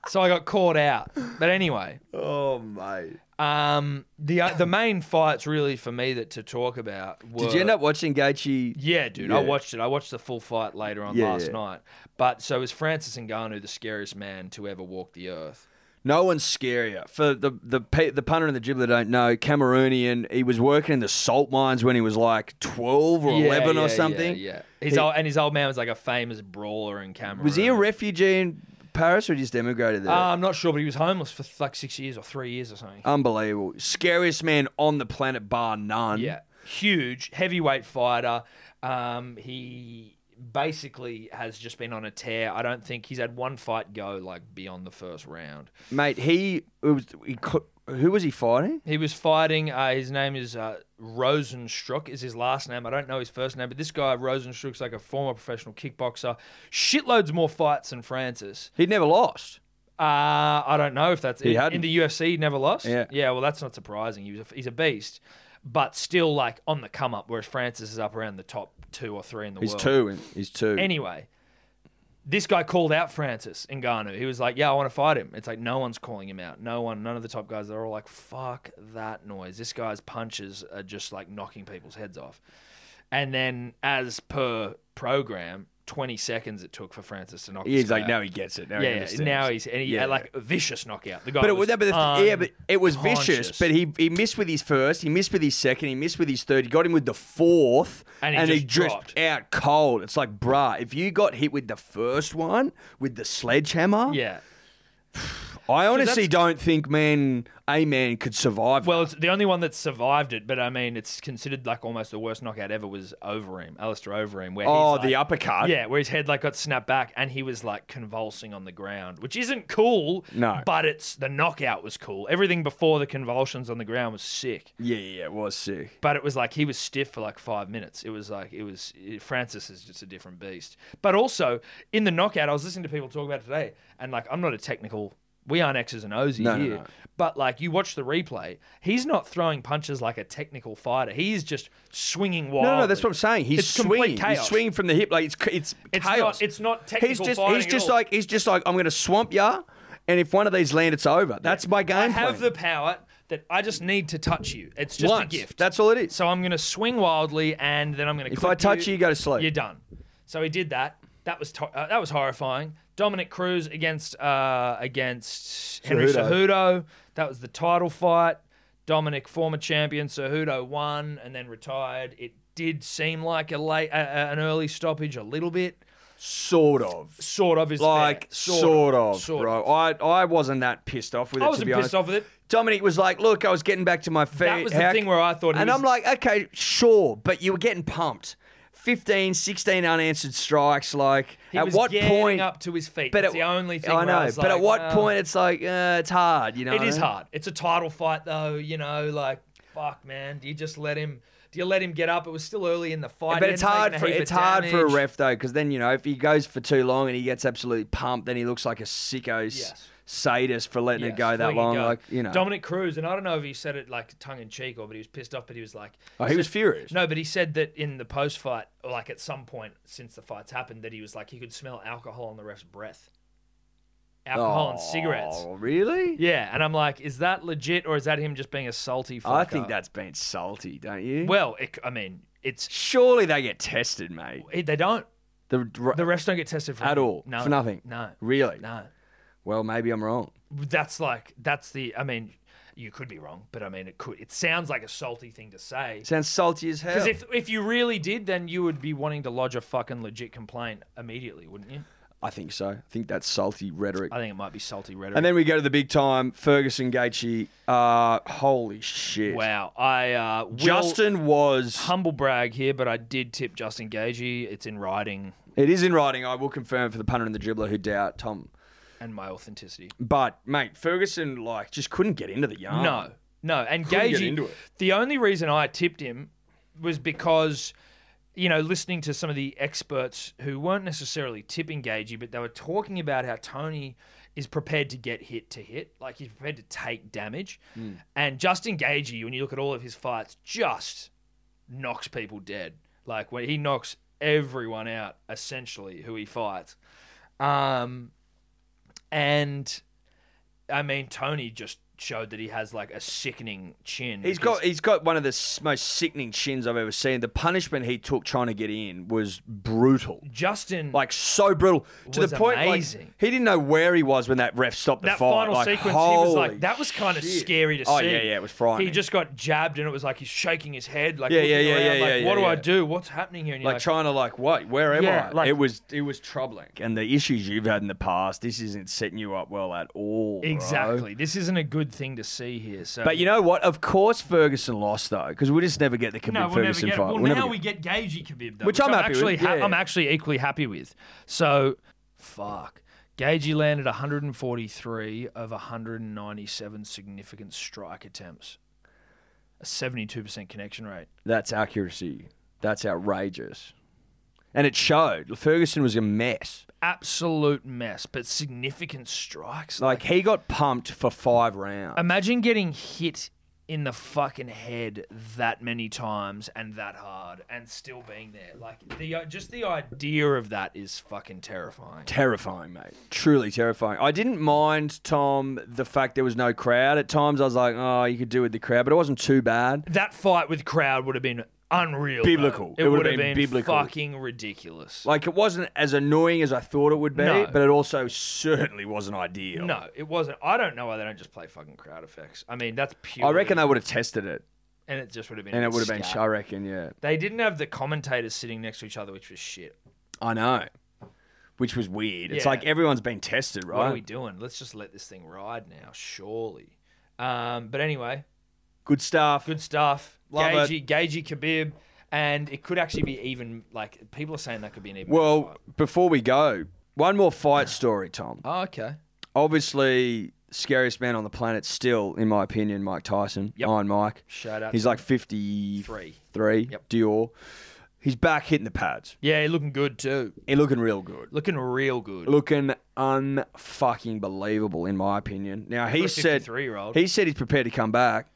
[SPEAKER 2] So I got caught out. But anyway,
[SPEAKER 3] Oh, mate.
[SPEAKER 2] um, the the main fights really for me that to talk about. Were,
[SPEAKER 3] Did you end up watching Gaethje?
[SPEAKER 2] Yeah, dude, I
[SPEAKER 3] Yeah.
[SPEAKER 2] watched it. I watched the full fight later on
[SPEAKER 3] Yeah,
[SPEAKER 2] last
[SPEAKER 3] yeah.
[SPEAKER 2] night. But so is Francis Ngannou the scariest man to ever walk the earth?
[SPEAKER 3] No one's scarier. For the the pe- the punter and the dribbler don't know, Cameroonian, he was working in the salt mines when he was like 12 or
[SPEAKER 2] Yeah,
[SPEAKER 3] 11
[SPEAKER 2] yeah,
[SPEAKER 3] or something.
[SPEAKER 2] Yeah, yeah. His
[SPEAKER 3] He-
[SPEAKER 2] old, and his old man was like a famous brawler in Cameroon.
[SPEAKER 3] Was he a refugee in Paris or just immigrated there?
[SPEAKER 2] Uh, I'm not sure, but he was homeless for like six years or three years or something.
[SPEAKER 3] Unbelievable. Scariest man on the planet, bar none.
[SPEAKER 2] Yeah, huge heavyweight fighter. Um, he basically has just been on a tear. I don't think he's had one fight go like beyond the first round.
[SPEAKER 3] Mate, he, it was, he cou- who was he fighting?
[SPEAKER 2] He was fighting. Uh, his name is uh, Rosenstruck. Is his last name? I don't know his first name, but this guy Rosenstruck's like a former professional kickboxer. Shitloads more fights than Francis.
[SPEAKER 3] He'd never lost.
[SPEAKER 2] Uh, I don't know if that's
[SPEAKER 3] He
[SPEAKER 2] in,
[SPEAKER 3] hadn't.
[SPEAKER 2] in the UFC. He never lost.
[SPEAKER 3] Yeah.
[SPEAKER 2] yeah. Well, that's not surprising. He was a, he's a beast, but still like on the come up. Whereas Francis is up around the top two or three in the
[SPEAKER 3] He's
[SPEAKER 2] world.
[SPEAKER 3] two. and- He's two.
[SPEAKER 2] Anyway, this guy called out Francis Ngannou. He was like, "Yeah, I want to fight him." It's like no one's calling him out. No one, none of the top guys. They're all like, "Fuck that noise." This guy's punches are just like knocking people's heads off. And then, as per program, twenty seconds it took for Francis to knock. this
[SPEAKER 3] He's
[SPEAKER 2] guy
[SPEAKER 3] like,
[SPEAKER 2] out.
[SPEAKER 3] now he gets it. Now he
[SPEAKER 2] Yeah,
[SPEAKER 3] understands.
[SPEAKER 2] yeah, now he's and he
[SPEAKER 3] Yeah.
[SPEAKER 2] had like a vicious knockout. The guy
[SPEAKER 3] But it
[SPEAKER 2] was
[SPEAKER 3] was, no, but the, th- yeah, but it was
[SPEAKER 2] unconscious.
[SPEAKER 3] vicious. But he he missed with his first, he missed with his second, he missed with his third. He got him with the fourth,
[SPEAKER 2] And he just dropped. yeah.
[SPEAKER 3] I
[SPEAKER 2] that's-
[SPEAKER 3] honestly don't think man a man could survive.
[SPEAKER 2] Well, it's the only one that survived it, but I mean, it's considered like almost the worst knockout ever was Overeem, Alistair Overeem, where
[SPEAKER 3] oh,
[SPEAKER 2] he's like,
[SPEAKER 3] the uppercut.
[SPEAKER 2] yeah, where his head like got snapped back and he was like convulsing on the ground, which isn't cool.
[SPEAKER 3] No.
[SPEAKER 2] but it's the knockout was cool. Everything before the convulsions on the ground was sick.
[SPEAKER 3] yeah, yeah, it was sick.
[SPEAKER 2] But it was like he was stiff for like five minutes. It was like it was Francis is just a different beast. But also in the knockout, I was listening to people talk about it today, and like I'm not a technical. We aren't X's and O's
[SPEAKER 3] No, no,
[SPEAKER 2] here,
[SPEAKER 3] no.
[SPEAKER 2] but like you watch the replay, he's not throwing punches like a technical fighter. He is just swinging wild.
[SPEAKER 3] No, no, that's what I'm saying. He's
[SPEAKER 2] Oh, It's complete
[SPEAKER 3] swinging. He's
[SPEAKER 2] chaos.
[SPEAKER 3] swinging from the hip. Like it's c- it's,
[SPEAKER 2] It's
[SPEAKER 3] chaos.
[SPEAKER 2] not. It's not technical.
[SPEAKER 3] he's just
[SPEAKER 2] fighting
[SPEAKER 3] he's
[SPEAKER 2] at
[SPEAKER 3] just
[SPEAKER 2] all.
[SPEAKER 3] like he's just like I'm going to swamp ya, and if one of these land, it's over. That's my game
[SPEAKER 2] I have
[SPEAKER 3] plan.
[SPEAKER 2] the power that I just need to touch you. It's just
[SPEAKER 3] Once.
[SPEAKER 2] a gift.
[SPEAKER 3] That's all it is.
[SPEAKER 2] So I'm going to swing wildly, and then I'm going to.
[SPEAKER 3] If I touch you, you go to sleep.
[SPEAKER 2] You're done. So he did that. That was to- uh, that was horrifying. Dominic Cruz against uh, against Henry
[SPEAKER 3] Cejudo.
[SPEAKER 2] Cejudo. That was the title fight. Dominic, former champion, Cejudo won and then retired. It did seem like a late, uh, an early stoppage, a little bit,
[SPEAKER 3] Sort of.
[SPEAKER 2] sort of. Is fair.
[SPEAKER 3] Like sort of,
[SPEAKER 2] Sort
[SPEAKER 3] bro. I I wasn't that pissed off with it.
[SPEAKER 2] I
[SPEAKER 3] to
[SPEAKER 2] wasn't
[SPEAKER 3] be honest.
[SPEAKER 2] pissed off with it.
[SPEAKER 3] Dominic was like, "Look, I was getting back to my feet."
[SPEAKER 2] That was the
[SPEAKER 3] How-
[SPEAKER 2] thing where I thought he
[SPEAKER 3] and
[SPEAKER 2] was-
[SPEAKER 3] I'm like, "Okay, sure," but you were getting pumped. 15, 16 unanswered strikes. Like,
[SPEAKER 2] He
[SPEAKER 3] at
[SPEAKER 2] was
[SPEAKER 3] what
[SPEAKER 2] getting
[SPEAKER 3] point?
[SPEAKER 2] up to his feet.
[SPEAKER 3] but
[SPEAKER 2] That's
[SPEAKER 3] at-
[SPEAKER 2] the only thing.
[SPEAKER 3] I
[SPEAKER 2] where
[SPEAKER 3] know.
[SPEAKER 2] was
[SPEAKER 3] but at
[SPEAKER 2] like,
[SPEAKER 3] what
[SPEAKER 2] "Ah."
[SPEAKER 3] point? It's like uh, it's hard. You know,
[SPEAKER 2] It is hard. It's a title fight, though. You know, like fuck, man. Do you just let him? Do you let him get up? It was still early in the fight.
[SPEAKER 3] But
[SPEAKER 2] He
[SPEAKER 3] it's
[SPEAKER 2] hadn't
[SPEAKER 3] hard
[SPEAKER 2] taken
[SPEAKER 3] for
[SPEAKER 2] a heap
[SPEAKER 3] it's
[SPEAKER 2] of
[SPEAKER 3] hard for a
[SPEAKER 2] damage.
[SPEAKER 3] ref though, because then you know if he goes for too long and he gets absolutely pumped, then he looks like a sicko s-
[SPEAKER 2] Yes.
[SPEAKER 3] sadist for letting
[SPEAKER 2] Yes,
[SPEAKER 3] it go that
[SPEAKER 2] letting it
[SPEAKER 3] long.
[SPEAKER 2] go.
[SPEAKER 3] Like you know,
[SPEAKER 2] Dominic Cruz, and I don't know if he said it like tongue in cheek or, but he was pissed off. But he was like,
[SPEAKER 3] Oh, he was furious.
[SPEAKER 2] No, but he said that in the post fight, like at some point since the fight's happened, that he was like he could smell alcohol on the ref's breath, alcohol and cigarettes.
[SPEAKER 3] Oh, really?
[SPEAKER 2] Yeah, and I'm like, is that legit or is that him just being a salty? Fucker?
[SPEAKER 3] I think that's been salty, don't you?
[SPEAKER 2] Well, it, I mean, it's
[SPEAKER 3] surely they get tested, mate.
[SPEAKER 2] it, they don't.
[SPEAKER 3] The,
[SPEAKER 2] The refs don't get tested for
[SPEAKER 3] at
[SPEAKER 2] anything.
[SPEAKER 3] all
[SPEAKER 2] No,
[SPEAKER 3] for nothing.
[SPEAKER 2] No,
[SPEAKER 3] really.
[SPEAKER 2] no.
[SPEAKER 3] Well, maybe I'm wrong.
[SPEAKER 2] That's like that's the. I mean, you could be wrong, but I mean, it could. It sounds like a salty thing to say.
[SPEAKER 3] Sounds salty as hell.
[SPEAKER 2] Because if if you really did, then you would be wanting to lodge a fucking legit complaint immediately, wouldn't you?
[SPEAKER 3] I think so. I think that's salty rhetoric.
[SPEAKER 2] I think it might be salty rhetoric.
[SPEAKER 3] And then we go to the big time, Ferguson Gaethje. Uh, holy shit!
[SPEAKER 2] wow, I uh, will
[SPEAKER 3] Justin was.
[SPEAKER 2] humble brag here, but I did tip Justin Gagey. It's in writing
[SPEAKER 3] it is in writing. I will confirm for the punter and the dribbler who doubt Tom.
[SPEAKER 2] and my authenticity.
[SPEAKER 3] But mate, Ferguson like just couldn't get into the yarn.
[SPEAKER 2] No, no. And
[SPEAKER 3] Couldn't get
[SPEAKER 2] Gagey,
[SPEAKER 3] into it.
[SPEAKER 2] the only reason I tipped him was because, you know, listening to some of the experts who weren't necessarily tipping Gagey, but they were talking about how Tony is prepared to get hit to hit, like he's prepared to take damage.
[SPEAKER 3] Hmm.
[SPEAKER 2] And Justin Gagey, when you look at all of his fights, just knocks people dead. Like when he knocks everyone out, essentially, who he fights. Um, and I mean, Tony just showed that he has like a sickening chin.
[SPEAKER 3] He's got he's got one of the s- most sickening chins I've ever seen. The punishment he took trying to get in was brutal.
[SPEAKER 2] Justin.
[SPEAKER 3] Like so brutal to
[SPEAKER 2] Was
[SPEAKER 3] the point like,
[SPEAKER 2] amazing.
[SPEAKER 3] he didn't know where he was when that ref stopped the
[SPEAKER 2] that
[SPEAKER 3] fight.
[SPEAKER 2] final
[SPEAKER 3] Like,
[SPEAKER 2] sequence, he was
[SPEAKER 3] holy
[SPEAKER 2] like, that was kind of
[SPEAKER 3] shit.
[SPEAKER 2] scary to
[SPEAKER 3] Oh,
[SPEAKER 2] see.
[SPEAKER 3] yeah, yeah, it was frightening.
[SPEAKER 2] He just got jabbed, and it was like he's shaking his head, like,
[SPEAKER 3] Yeah, yeah,
[SPEAKER 2] looking
[SPEAKER 3] yeah,
[SPEAKER 2] around,
[SPEAKER 3] yeah,
[SPEAKER 2] like,
[SPEAKER 3] yeah,
[SPEAKER 2] what do
[SPEAKER 3] yeah,
[SPEAKER 2] I
[SPEAKER 3] yeah.
[SPEAKER 2] do? What's happening here? And you're
[SPEAKER 3] like,
[SPEAKER 2] like,
[SPEAKER 3] trying to like wait where am
[SPEAKER 2] Yeah,
[SPEAKER 3] i
[SPEAKER 2] like-
[SPEAKER 3] it was it was troubling and the issues you've had in the past this isn't setting you up well at all bro.
[SPEAKER 2] exactly. This isn't a good thing to see here. So,
[SPEAKER 3] but you know what of course ferguson lost though because we just never get the Khabib
[SPEAKER 2] no, we'll never
[SPEAKER 3] ferguson
[SPEAKER 2] get.
[SPEAKER 3] fight
[SPEAKER 2] Well,
[SPEAKER 3] We'll never
[SPEAKER 2] now
[SPEAKER 3] get-
[SPEAKER 2] we get Gagey Khabib, though,
[SPEAKER 3] Which I'm happy with,
[SPEAKER 2] actually
[SPEAKER 3] yeah.
[SPEAKER 2] I'm actually equally happy with. So, fuck. Gagey landed 143 of 197 significant strike attempts, a 72% connection rate.
[SPEAKER 3] that's accuracy that's outrageous and it showed ferguson was a mess
[SPEAKER 2] Absolute mess, but significant strikes.
[SPEAKER 3] like he got pumped for five rounds
[SPEAKER 2] Imagine getting hit in the fucking head that many times and that hard and still being there. Like the just the idea of that is fucking terrifying.
[SPEAKER 3] terrifying, mate. Truly terrifying. I didn't mind Tom the fact there was no crowd. At times I was like, oh, you could do with the crowd, but it wasn't too bad.
[SPEAKER 2] That fight with crowd would have been unreal. though.
[SPEAKER 3] Biblical.
[SPEAKER 2] It,
[SPEAKER 3] It
[SPEAKER 2] would
[SPEAKER 3] would
[SPEAKER 2] have
[SPEAKER 3] have
[SPEAKER 2] been,
[SPEAKER 3] been biblical.
[SPEAKER 2] fucking ridiculous.
[SPEAKER 3] Like it wasn't as annoying as I thought it would be,
[SPEAKER 2] No.
[SPEAKER 3] but it also certainly wasn't ideal.
[SPEAKER 2] no, it wasn't. I don't know why they don't just play fucking crowd effects. I mean, that's pure.
[SPEAKER 3] I reckon they would have tested it,
[SPEAKER 2] and it just would have been.
[SPEAKER 3] and
[SPEAKER 2] a
[SPEAKER 3] it
[SPEAKER 2] bit
[SPEAKER 3] would have been.
[SPEAKER 2] scat.
[SPEAKER 3] sh- I reckon, yeah.
[SPEAKER 2] They didn't have the commentators sitting next to each other, which was shit.
[SPEAKER 3] I know, which was weird. It's
[SPEAKER 2] Yeah.
[SPEAKER 3] like everyone's been tested,
[SPEAKER 2] What are
[SPEAKER 3] right?
[SPEAKER 2] we doing? Let's just let this thing ride now, surely. Um, but anyway,
[SPEAKER 3] Good stuff.
[SPEAKER 2] good stuff.
[SPEAKER 3] Love
[SPEAKER 2] Gagey, Gagey Khabib, and it could actually be even like people are saying that could be an even.
[SPEAKER 3] Well, before we go, one more fight story, Tom.
[SPEAKER 2] oh, okay.
[SPEAKER 3] Obviously, scariest man on the planet still, in my opinion, Mike Tyson.
[SPEAKER 2] Yep.
[SPEAKER 3] Iron Mike.
[SPEAKER 2] Shout out.
[SPEAKER 3] He's
[SPEAKER 2] to
[SPEAKER 3] like 53,
[SPEAKER 2] three. Yep.
[SPEAKER 3] Dior. He's back hitting the pads.
[SPEAKER 2] Yeah, looking good too.
[SPEAKER 3] He looking real good.
[SPEAKER 2] Looking real good.
[SPEAKER 3] Looking unfucking believable, in my opinion. Now
[SPEAKER 2] For
[SPEAKER 3] he
[SPEAKER 2] a
[SPEAKER 3] said
[SPEAKER 2] 53-year-old.
[SPEAKER 3] he said he's prepared to come back.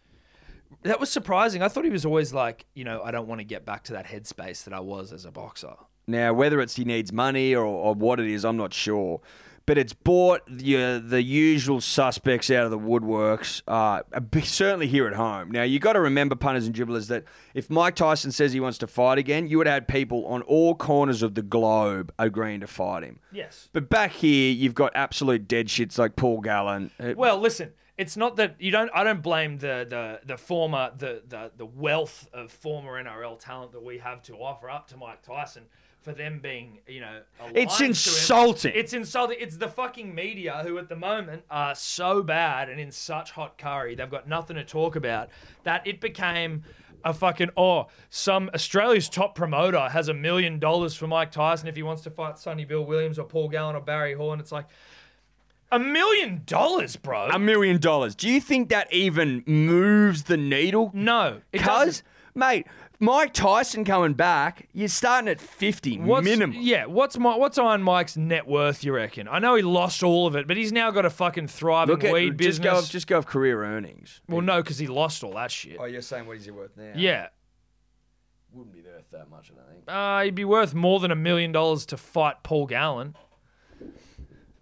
[SPEAKER 2] That was surprising. I thought he was always like, you know, I don't want to get back to that headspace that I was as a boxer.
[SPEAKER 3] Now whether it's he needs money or, or what it is, I'm not sure. But it's bought the, uh, the usual suspects out of the woodworks, uh, a bit- certainly here at home. Now, you got to remember, punters and dribblers, that if Mike Tyson says he wants to fight again, you would have had people on all corners of the globe agreeing to fight him.
[SPEAKER 2] Yes.
[SPEAKER 3] But back here, you've got absolute dead shits like Paul Gallen. Uh,
[SPEAKER 2] Well, listen, it's not that you don't. I don't blame the the the former the the the wealth of former NRL talent that we have to offer up to Mike Tyson for them being you know. aligned
[SPEAKER 3] It's
[SPEAKER 2] to him.
[SPEAKER 3] insulting.
[SPEAKER 2] It's insulting. It's the fucking media who at the moment are so bad and in such hot curry. They've got nothing to talk about that it became. A fucking oh, some Australia's top promoter has a million dollars for Mike Tyson if he wants to fight Sonny Bill Williams or Paul Gallen or Barry Horn. It's like a million dollars, bro.
[SPEAKER 3] a million dollars. Do you think that even moves the needle?
[SPEAKER 2] No, it
[SPEAKER 3] Cuz,
[SPEAKER 2] doesn't.
[SPEAKER 3] mate, Mike Tyson coming back, you're starting at 50
[SPEAKER 2] What's,
[SPEAKER 3] minimum.
[SPEAKER 2] Yeah, what's my what's Iron Mike's net worth? You reckon? I know he lost all of it, but he's now got a fucking thriving
[SPEAKER 3] Look at
[SPEAKER 2] weed
[SPEAKER 3] just
[SPEAKER 2] business.
[SPEAKER 3] go off, just go off career earnings.
[SPEAKER 2] well, no, because he lost all that shit.
[SPEAKER 3] Oh, you're saying what is he worth now?
[SPEAKER 2] yeah,
[SPEAKER 3] Wouldn't be worth that much, I don't think.
[SPEAKER 2] uh, he'd be worth more than a million dollars to fight Paul Gallen.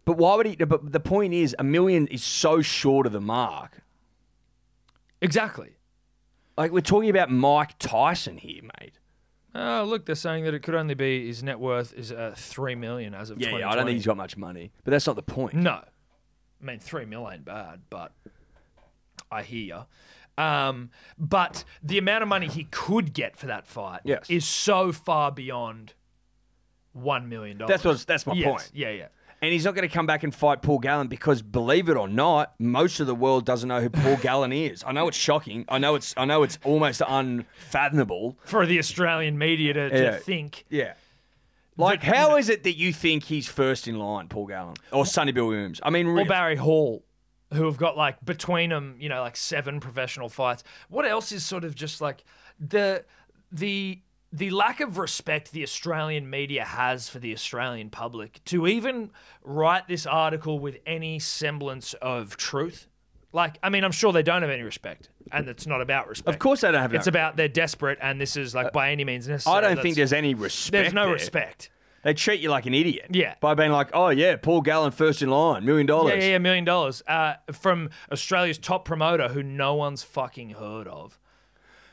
[SPEAKER 3] But why would he but the point is a million is so short of the mark.
[SPEAKER 2] Exactly.
[SPEAKER 3] Like we're talking about Mike Tyson here, mate.
[SPEAKER 2] Oh, look, they're saying that it could only be his net worth is uh, three million as of
[SPEAKER 3] Yeah, yeah, I don't think he's
[SPEAKER 2] 2020.
[SPEAKER 3] got much money. But that's not the point.
[SPEAKER 2] No, I mean three mil ain't bad, but I hear you. Um, but the amount of money he could get for that fight
[SPEAKER 3] Yes.
[SPEAKER 2] is so far beyond one million dollars.
[SPEAKER 3] That's what- that's my
[SPEAKER 2] Yes,
[SPEAKER 3] point.
[SPEAKER 2] Yeah, yeah.
[SPEAKER 3] And he's not going to come back and fight Paul Gallen because, believe it or not, most of the world doesn't know who Paul Gallen is. I know it's shocking. I know it's I know it's almost unfathomable.
[SPEAKER 2] For the Australian media to,
[SPEAKER 3] Yeah.
[SPEAKER 2] to think
[SPEAKER 3] Yeah. Like,
[SPEAKER 2] But-
[SPEAKER 3] how is it that you think he's first in line, Paul Gallen or Sonny Bill Williams? I mean,
[SPEAKER 2] or
[SPEAKER 3] really,
[SPEAKER 2] Barry Hall, who have got like between them, you know, like seven professional fights. What else is sort of just like the the the lack of respect the Australian media has for the Australian public to even write this article with any semblance of truth. Like, I mean, I'm sure they don't have any respect, and it's not about respect.
[SPEAKER 3] of course they don't have.
[SPEAKER 2] it's
[SPEAKER 3] no-
[SPEAKER 2] about they're desperate, and this is like by any means necessary.
[SPEAKER 3] I don't think
[SPEAKER 2] That's-
[SPEAKER 3] there's any respect.
[SPEAKER 2] there's no
[SPEAKER 3] there.
[SPEAKER 2] respect.
[SPEAKER 3] They treat you like an idiot.
[SPEAKER 2] Yeah.
[SPEAKER 3] By being like, oh yeah, Paul Gallen first in line, million dollars.
[SPEAKER 2] Yeah, yeah, yeah, million dollars uh, from Australia's top promoter, who no one's fucking heard of.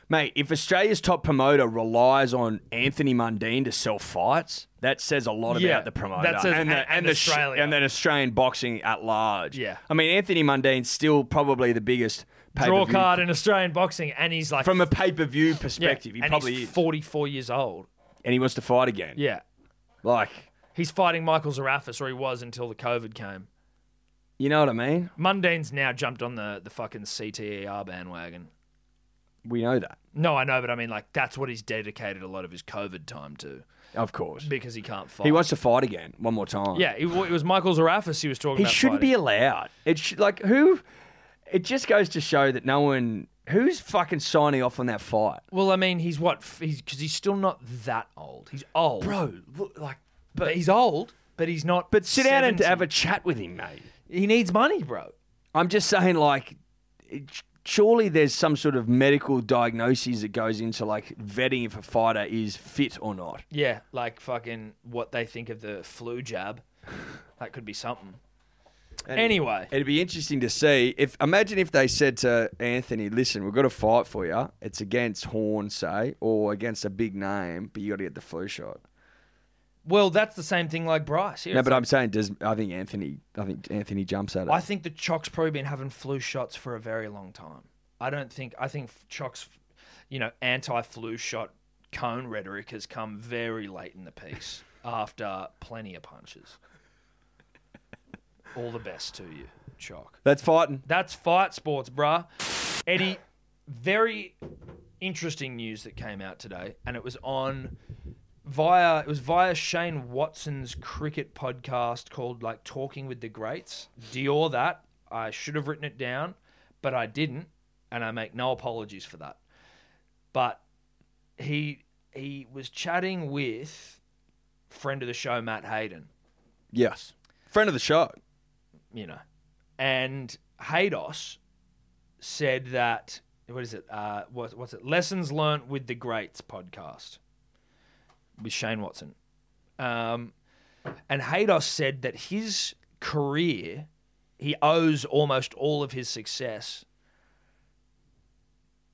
[SPEAKER 3] Mate, if Australia's top promoter relies on Anthony Mundine to sell fights, that says a lot
[SPEAKER 2] Yeah,
[SPEAKER 3] about the promoter
[SPEAKER 2] that says-
[SPEAKER 3] the,
[SPEAKER 2] and- and
[SPEAKER 3] the sh-
[SPEAKER 2] Australia.
[SPEAKER 3] and then Australian boxing at large.
[SPEAKER 2] Yeah.
[SPEAKER 3] I mean Anthony Mundine's still probably the biggest
[SPEAKER 2] Draw
[SPEAKER 3] pay-per-view-
[SPEAKER 2] card in Australian boxing, and he's like
[SPEAKER 3] from a pay per view
[SPEAKER 2] yeah,
[SPEAKER 3] perspective. he
[SPEAKER 2] and
[SPEAKER 3] probably
[SPEAKER 2] he's
[SPEAKER 3] is,
[SPEAKER 2] 44 years old.
[SPEAKER 3] and he wants to fight again.
[SPEAKER 2] Yeah,
[SPEAKER 3] Like,
[SPEAKER 2] he's fighting Michael Zarafis, or he was until the COVID came.
[SPEAKER 3] you know what I mean?
[SPEAKER 2] Mundane's now jumped on the the fucking CTER bandwagon.
[SPEAKER 3] We know that,
[SPEAKER 2] No, I know, but I mean, like that's what he's dedicated a lot of his COVID time to
[SPEAKER 3] of course.
[SPEAKER 2] because he can't fight.
[SPEAKER 3] He wants to fight again one more time.
[SPEAKER 2] yeah, it, wa- it was Michael Zarafis he was talking
[SPEAKER 3] He
[SPEAKER 2] about.
[SPEAKER 3] shouldn't be allowed. It should like who? It just goes to show that no one who's fucking signing off on that fight,
[SPEAKER 2] be. Well, I mean, he's what? f- He's because he's still not that old. He's old,
[SPEAKER 3] bro. Look, like,
[SPEAKER 2] But, he's old, but he's not.
[SPEAKER 3] but sit down and
[SPEAKER 2] 70.
[SPEAKER 3] have a chat with him, mate.
[SPEAKER 2] He needs money, bro.
[SPEAKER 3] I'm just saying, like, it- surely there's some sort of medical diagnosis that goes into like vetting if a fighter is fit or not.
[SPEAKER 2] Yeah, like fucking what they think of the flu jab. That could be something. Anyway,
[SPEAKER 3] It'd be interesting to see if imagine if they said to Anthony, "Listen, we've got a fight for you. It's against Horn, say, or against a big name, but you got to get the flu shot."
[SPEAKER 2] well, that's the same thing like Bryce. Here,
[SPEAKER 3] No,
[SPEAKER 2] it's
[SPEAKER 3] but I'm saying, does I think Anthony? I think Anthony jumps at it.
[SPEAKER 2] like- I think the Choc's probably been having flu shots for a very long time. I don't think I think Choc's, you know, anti-flu shot cone rhetoric has come very late in the piece after plenty of punches. All the best to you, Choc.
[SPEAKER 3] That's fighting.
[SPEAKER 2] That's fight sports, bruh. Eddie, very interesting news that came out today, and it was on via it was via Shane Watson's cricket podcast called like Talking with the Greats. Dior that. I should have written it down, but I didn't, and I make no apologies for that. But he he was chatting with friend of the show Matt Hayden,
[SPEAKER 3] Yes, friend of the show.
[SPEAKER 2] you know. And Haydos said that what is it? Uh, what, what's it? Lessons learnt with the greats podcast with Shane Watson. Um, and Haydos said that his career, he owes almost all of his success,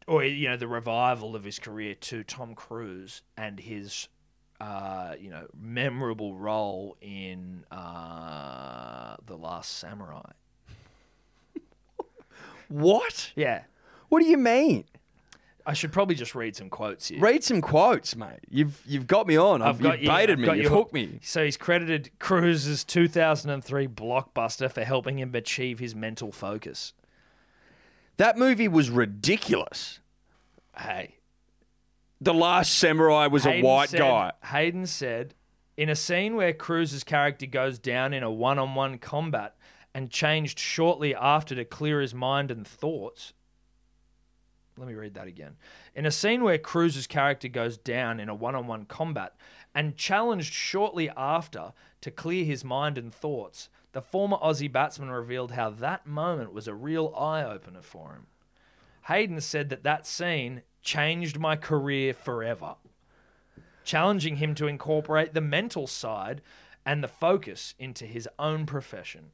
[SPEAKER 2] or you know, the revival of his career to Tom Cruise and his, uh, you know, memorable role in uh, the Last Samurai.
[SPEAKER 3] What?
[SPEAKER 2] Yeah,
[SPEAKER 3] What do you mean?
[SPEAKER 2] I should probably just read some quotes here.
[SPEAKER 3] Read some quotes, mate. You've you've got me on. I've, you've baited
[SPEAKER 2] I've
[SPEAKER 3] me.
[SPEAKER 2] got
[SPEAKER 3] you've
[SPEAKER 2] you
[SPEAKER 3] hooked me.
[SPEAKER 2] So he's credited Cruz's 2003 blockbuster for helping him achieve his mental focus.
[SPEAKER 3] That movie was ridiculous.
[SPEAKER 2] Hey,
[SPEAKER 3] The Last Samurai was
[SPEAKER 2] Hayden
[SPEAKER 3] a white
[SPEAKER 2] said-
[SPEAKER 3] guy.
[SPEAKER 2] Hayden said, in a scene where Cruz's character goes down in a one-on-one combat and changed shortly after to clear his mind and thoughts. Let me read that again. In a scene where Cruz's character goes down in a one-on-one combat and challenged shortly after to clear his mind and thoughts, the former Aussie batsman revealed how that moment was a real eye-opener for him. Hayden said that that scene changed my career forever challenging him to incorporate the mental side and the focus into his own profession.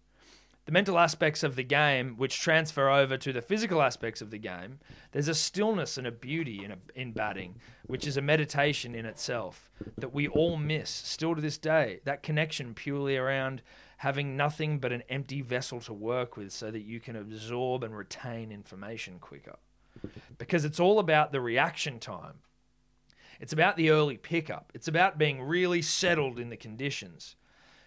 [SPEAKER 2] The mental aspects of the game, which transfer over to the physical aspects of the game, there's a stillness and a beauty in, a, in batting, which is a meditation in itself that we all miss still to this day. That connection purely around having nothing but an empty vessel to work with so that you can absorb and retain information quicker. Because it's all about the reaction time. It's about the early pickup. It's about being really settled in the conditions.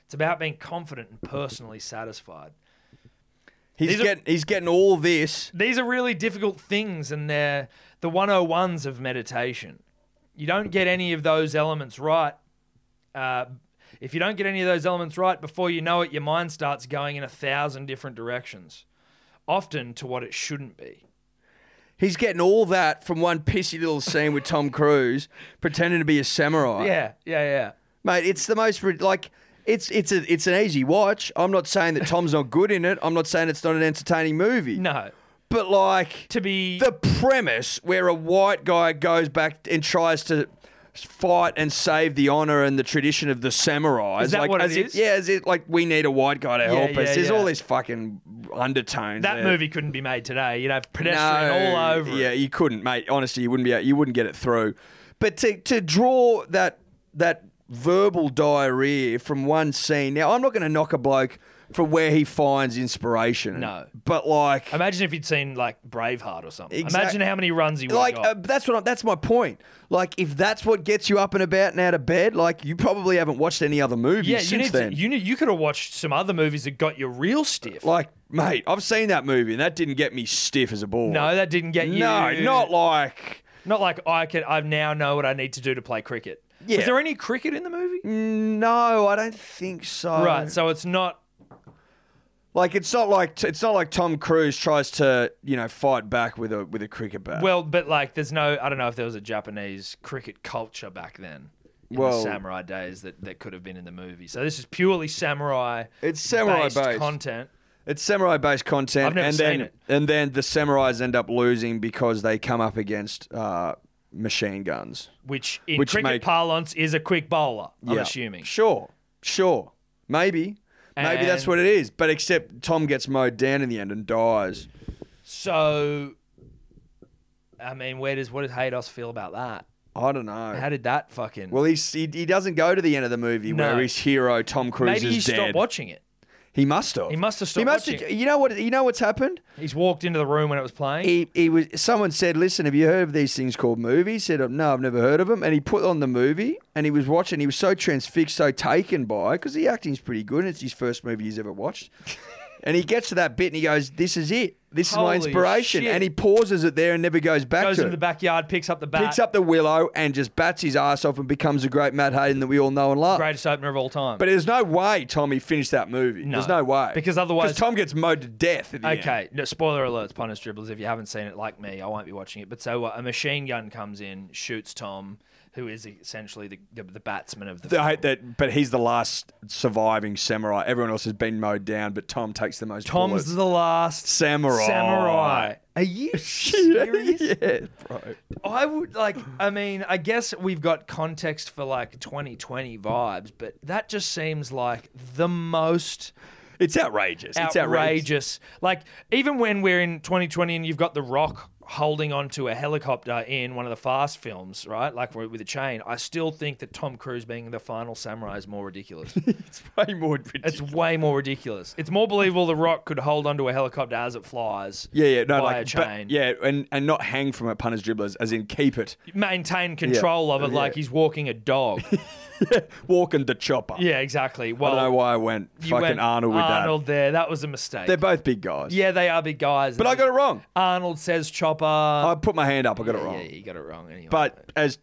[SPEAKER 2] It's about being confident and personally satisfied.
[SPEAKER 3] He's
[SPEAKER 2] These are-
[SPEAKER 3] getting he's getting all this.
[SPEAKER 2] These are really difficult things, and they're the 101s of meditation. You don't get any of those elements right. Uh, if you don't get any of those elements right, before you know it, your mind starts going in a thousand different directions, often to what it shouldn't be.
[SPEAKER 3] He's getting all that from one pissy little scene with Tom Cruise pretending to be a samurai.
[SPEAKER 2] Yeah, yeah, yeah.
[SPEAKER 3] mate. It's the most rid- like it's it's a it's an easy watch. I'm not saying that Tom's not good in it. I'm not saying it's not an entertaining movie.
[SPEAKER 2] No,
[SPEAKER 3] but like
[SPEAKER 2] to be
[SPEAKER 3] the premise where a white guy goes back and tries to fight and save the honor and the tradition of the samurai.
[SPEAKER 2] Is that
[SPEAKER 3] like,
[SPEAKER 2] what it
[SPEAKER 3] as
[SPEAKER 2] is?
[SPEAKER 3] yeah, is it like we need a white guy to help
[SPEAKER 2] yeah,
[SPEAKER 3] us? There's all
[SPEAKER 2] yeah.
[SPEAKER 3] these fucking undertones.
[SPEAKER 2] that
[SPEAKER 3] there.
[SPEAKER 2] movie couldn't be made today. You'd have
[SPEAKER 3] No,
[SPEAKER 2] pedestrian all over
[SPEAKER 3] Yeah,
[SPEAKER 2] it.
[SPEAKER 3] you couldn't, mate. Honestly, you wouldn't be. You wouldn't get it through. But to to draw that that verbal diarrhea from one scene. Now, I'm not going to knock a bloke for where he finds inspiration.
[SPEAKER 2] No.
[SPEAKER 3] but like,
[SPEAKER 2] Imagine if you'd seen like Braveheart or something.
[SPEAKER 3] Exact-
[SPEAKER 2] Imagine how many runs he would
[SPEAKER 3] like
[SPEAKER 2] have
[SPEAKER 3] uh,
[SPEAKER 2] got.
[SPEAKER 3] that's what I'm, that's my point. Like, if that's what gets you up and about and out of bed, like you probably haven't watched any other movie
[SPEAKER 2] yeah,
[SPEAKER 3] since
[SPEAKER 2] you need
[SPEAKER 3] then.
[SPEAKER 2] to. You need, you could have watched some other movies that got you real stiff.
[SPEAKER 3] like, mate, I've seen that movie and that didn't get me stiff as a ball.
[SPEAKER 2] no, that didn't get you.
[SPEAKER 3] no, not like.
[SPEAKER 2] not like I could. I now know what I need to do to play cricket.
[SPEAKER 3] Yeah.
[SPEAKER 2] Was there any cricket in the movie?
[SPEAKER 3] No, I don't think so.
[SPEAKER 2] Right, so it's not.
[SPEAKER 3] Like it's not like it's not like Tom Cruise tries to you know fight back with a with a cricket bat.
[SPEAKER 2] Well, but like, there's no. I don't know if there was a Japanese cricket culture back then. In
[SPEAKER 3] Well-
[SPEAKER 2] the samurai days that, that could have been in the movie. So this is purely samurai.
[SPEAKER 3] It's samurai based.
[SPEAKER 2] content.
[SPEAKER 3] it's samurai based content,
[SPEAKER 2] I've never
[SPEAKER 3] and
[SPEAKER 2] seen
[SPEAKER 3] then
[SPEAKER 2] it.
[SPEAKER 3] and then the samurais end up losing because they come up against uh, machine guns.
[SPEAKER 2] which in
[SPEAKER 3] Which
[SPEAKER 2] cricket
[SPEAKER 3] make-
[SPEAKER 2] parlance is a quick bowler. I'm
[SPEAKER 3] Yeah.
[SPEAKER 2] assuming.
[SPEAKER 3] Sure, sure, maybe, maybe that's
[SPEAKER 2] And-
[SPEAKER 3] what it is. But except Tom gets mowed down in the end and dies.
[SPEAKER 2] So, I mean, where does what does Haydos feel about that?
[SPEAKER 3] I don't know.
[SPEAKER 2] How did that fucking?
[SPEAKER 3] well, he's, he he doesn't go to the end of the movie
[SPEAKER 2] No.
[SPEAKER 3] where his hero Tom Cruise
[SPEAKER 2] maybe he
[SPEAKER 3] is dead.
[SPEAKER 2] stopped watching it.
[SPEAKER 3] He must have.
[SPEAKER 2] He must have
[SPEAKER 3] He
[SPEAKER 2] stopped
[SPEAKER 3] must
[SPEAKER 2] watching.
[SPEAKER 3] have. You know what? You know what's happened.
[SPEAKER 2] He's walked into the room when it was playing.
[SPEAKER 3] he, he was someone said, "Listen, have you heard of these things called movies?" He said, "Oh, "No, I've never heard of them." And he put on the movie, and he was watching. He was so transfixed, so taken by because the acting's pretty good, and it's his first movie he's ever watched. and he gets to that bit, and he goes, "This is it. This is my
[SPEAKER 2] Holy
[SPEAKER 3] inspiration."
[SPEAKER 2] shit.
[SPEAKER 3] And he pauses it there and never goes back
[SPEAKER 2] goes
[SPEAKER 3] to
[SPEAKER 2] into
[SPEAKER 3] it.
[SPEAKER 2] the backyard, picks up the bat.
[SPEAKER 3] Picks up the willow and just bats his ass off and becomes a great Matt Hayden that we all know and love.
[SPEAKER 2] greatest opener of all time.
[SPEAKER 3] But there's no way Tommy finished that movie.
[SPEAKER 2] No.
[SPEAKER 3] There's no way
[SPEAKER 2] Because otherwise-
[SPEAKER 3] Tom gets mowed to death. At the end.
[SPEAKER 2] okay, no, spoiler alerts, punters, dribblers. If you haven't seen it, like me, I won't be watching it. But so uh, a machine gun comes in, shoots Tom, who is essentially the the, the batsman of the.
[SPEAKER 3] I
[SPEAKER 2] film.
[SPEAKER 3] hate that, but he's the last surviving samurai. Everyone else has been mowed down, but Tom takes the most.
[SPEAKER 2] Tom's
[SPEAKER 3] bullets.
[SPEAKER 2] the last
[SPEAKER 3] samurai.
[SPEAKER 2] samurai. Are you serious?
[SPEAKER 3] yeah, bro.
[SPEAKER 2] I would like. I mean, I guess we've got context for like 2020 vibes, but that just seems like the most
[SPEAKER 3] It's outrageous. It's outrageous.
[SPEAKER 2] outrageous. Like even when we're in 2020 and you've got The Rock holding onto a helicopter in one of the Fast films, right? Like with with a chain. I still think that Tom Cruise being the final samurai is more ridiculous.
[SPEAKER 3] It's way more ridiculous.
[SPEAKER 2] it's way more ridiculous. It's more believable The Rock could hold onto a helicopter as it flies.
[SPEAKER 3] yeah, yeah, no,
[SPEAKER 2] by
[SPEAKER 3] like
[SPEAKER 2] a
[SPEAKER 3] but-
[SPEAKER 2] chain.
[SPEAKER 3] yeah, and and not hang from it, punters, dribblers, as in keep it,
[SPEAKER 2] Maintain control of it like
[SPEAKER 3] Yeah.
[SPEAKER 2] he's walking a dog.
[SPEAKER 3] walking the chopper.
[SPEAKER 2] yeah, exactly.
[SPEAKER 3] I
[SPEAKER 2] Well,
[SPEAKER 3] don't know why I went
[SPEAKER 2] You
[SPEAKER 3] fucking
[SPEAKER 2] went
[SPEAKER 3] Arnold with
[SPEAKER 2] Arnold there. That was a mistake.
[SPEAKER 3] that. They're both big guys.
[SPEAKER 2] yeah, they are big guys.
[SPEAKER 3] but I got it wrong.
[SPEAKER 2] Arnold says Chopper.
[SPEAKER 3] I put my hand up. I got it
[SPEAKER 2] Yeah,
[SPEAKER 3] wrong.
[SPEAKER 2] Yeah, you got it wrong. Anyway.
[SPEAKER 3] But as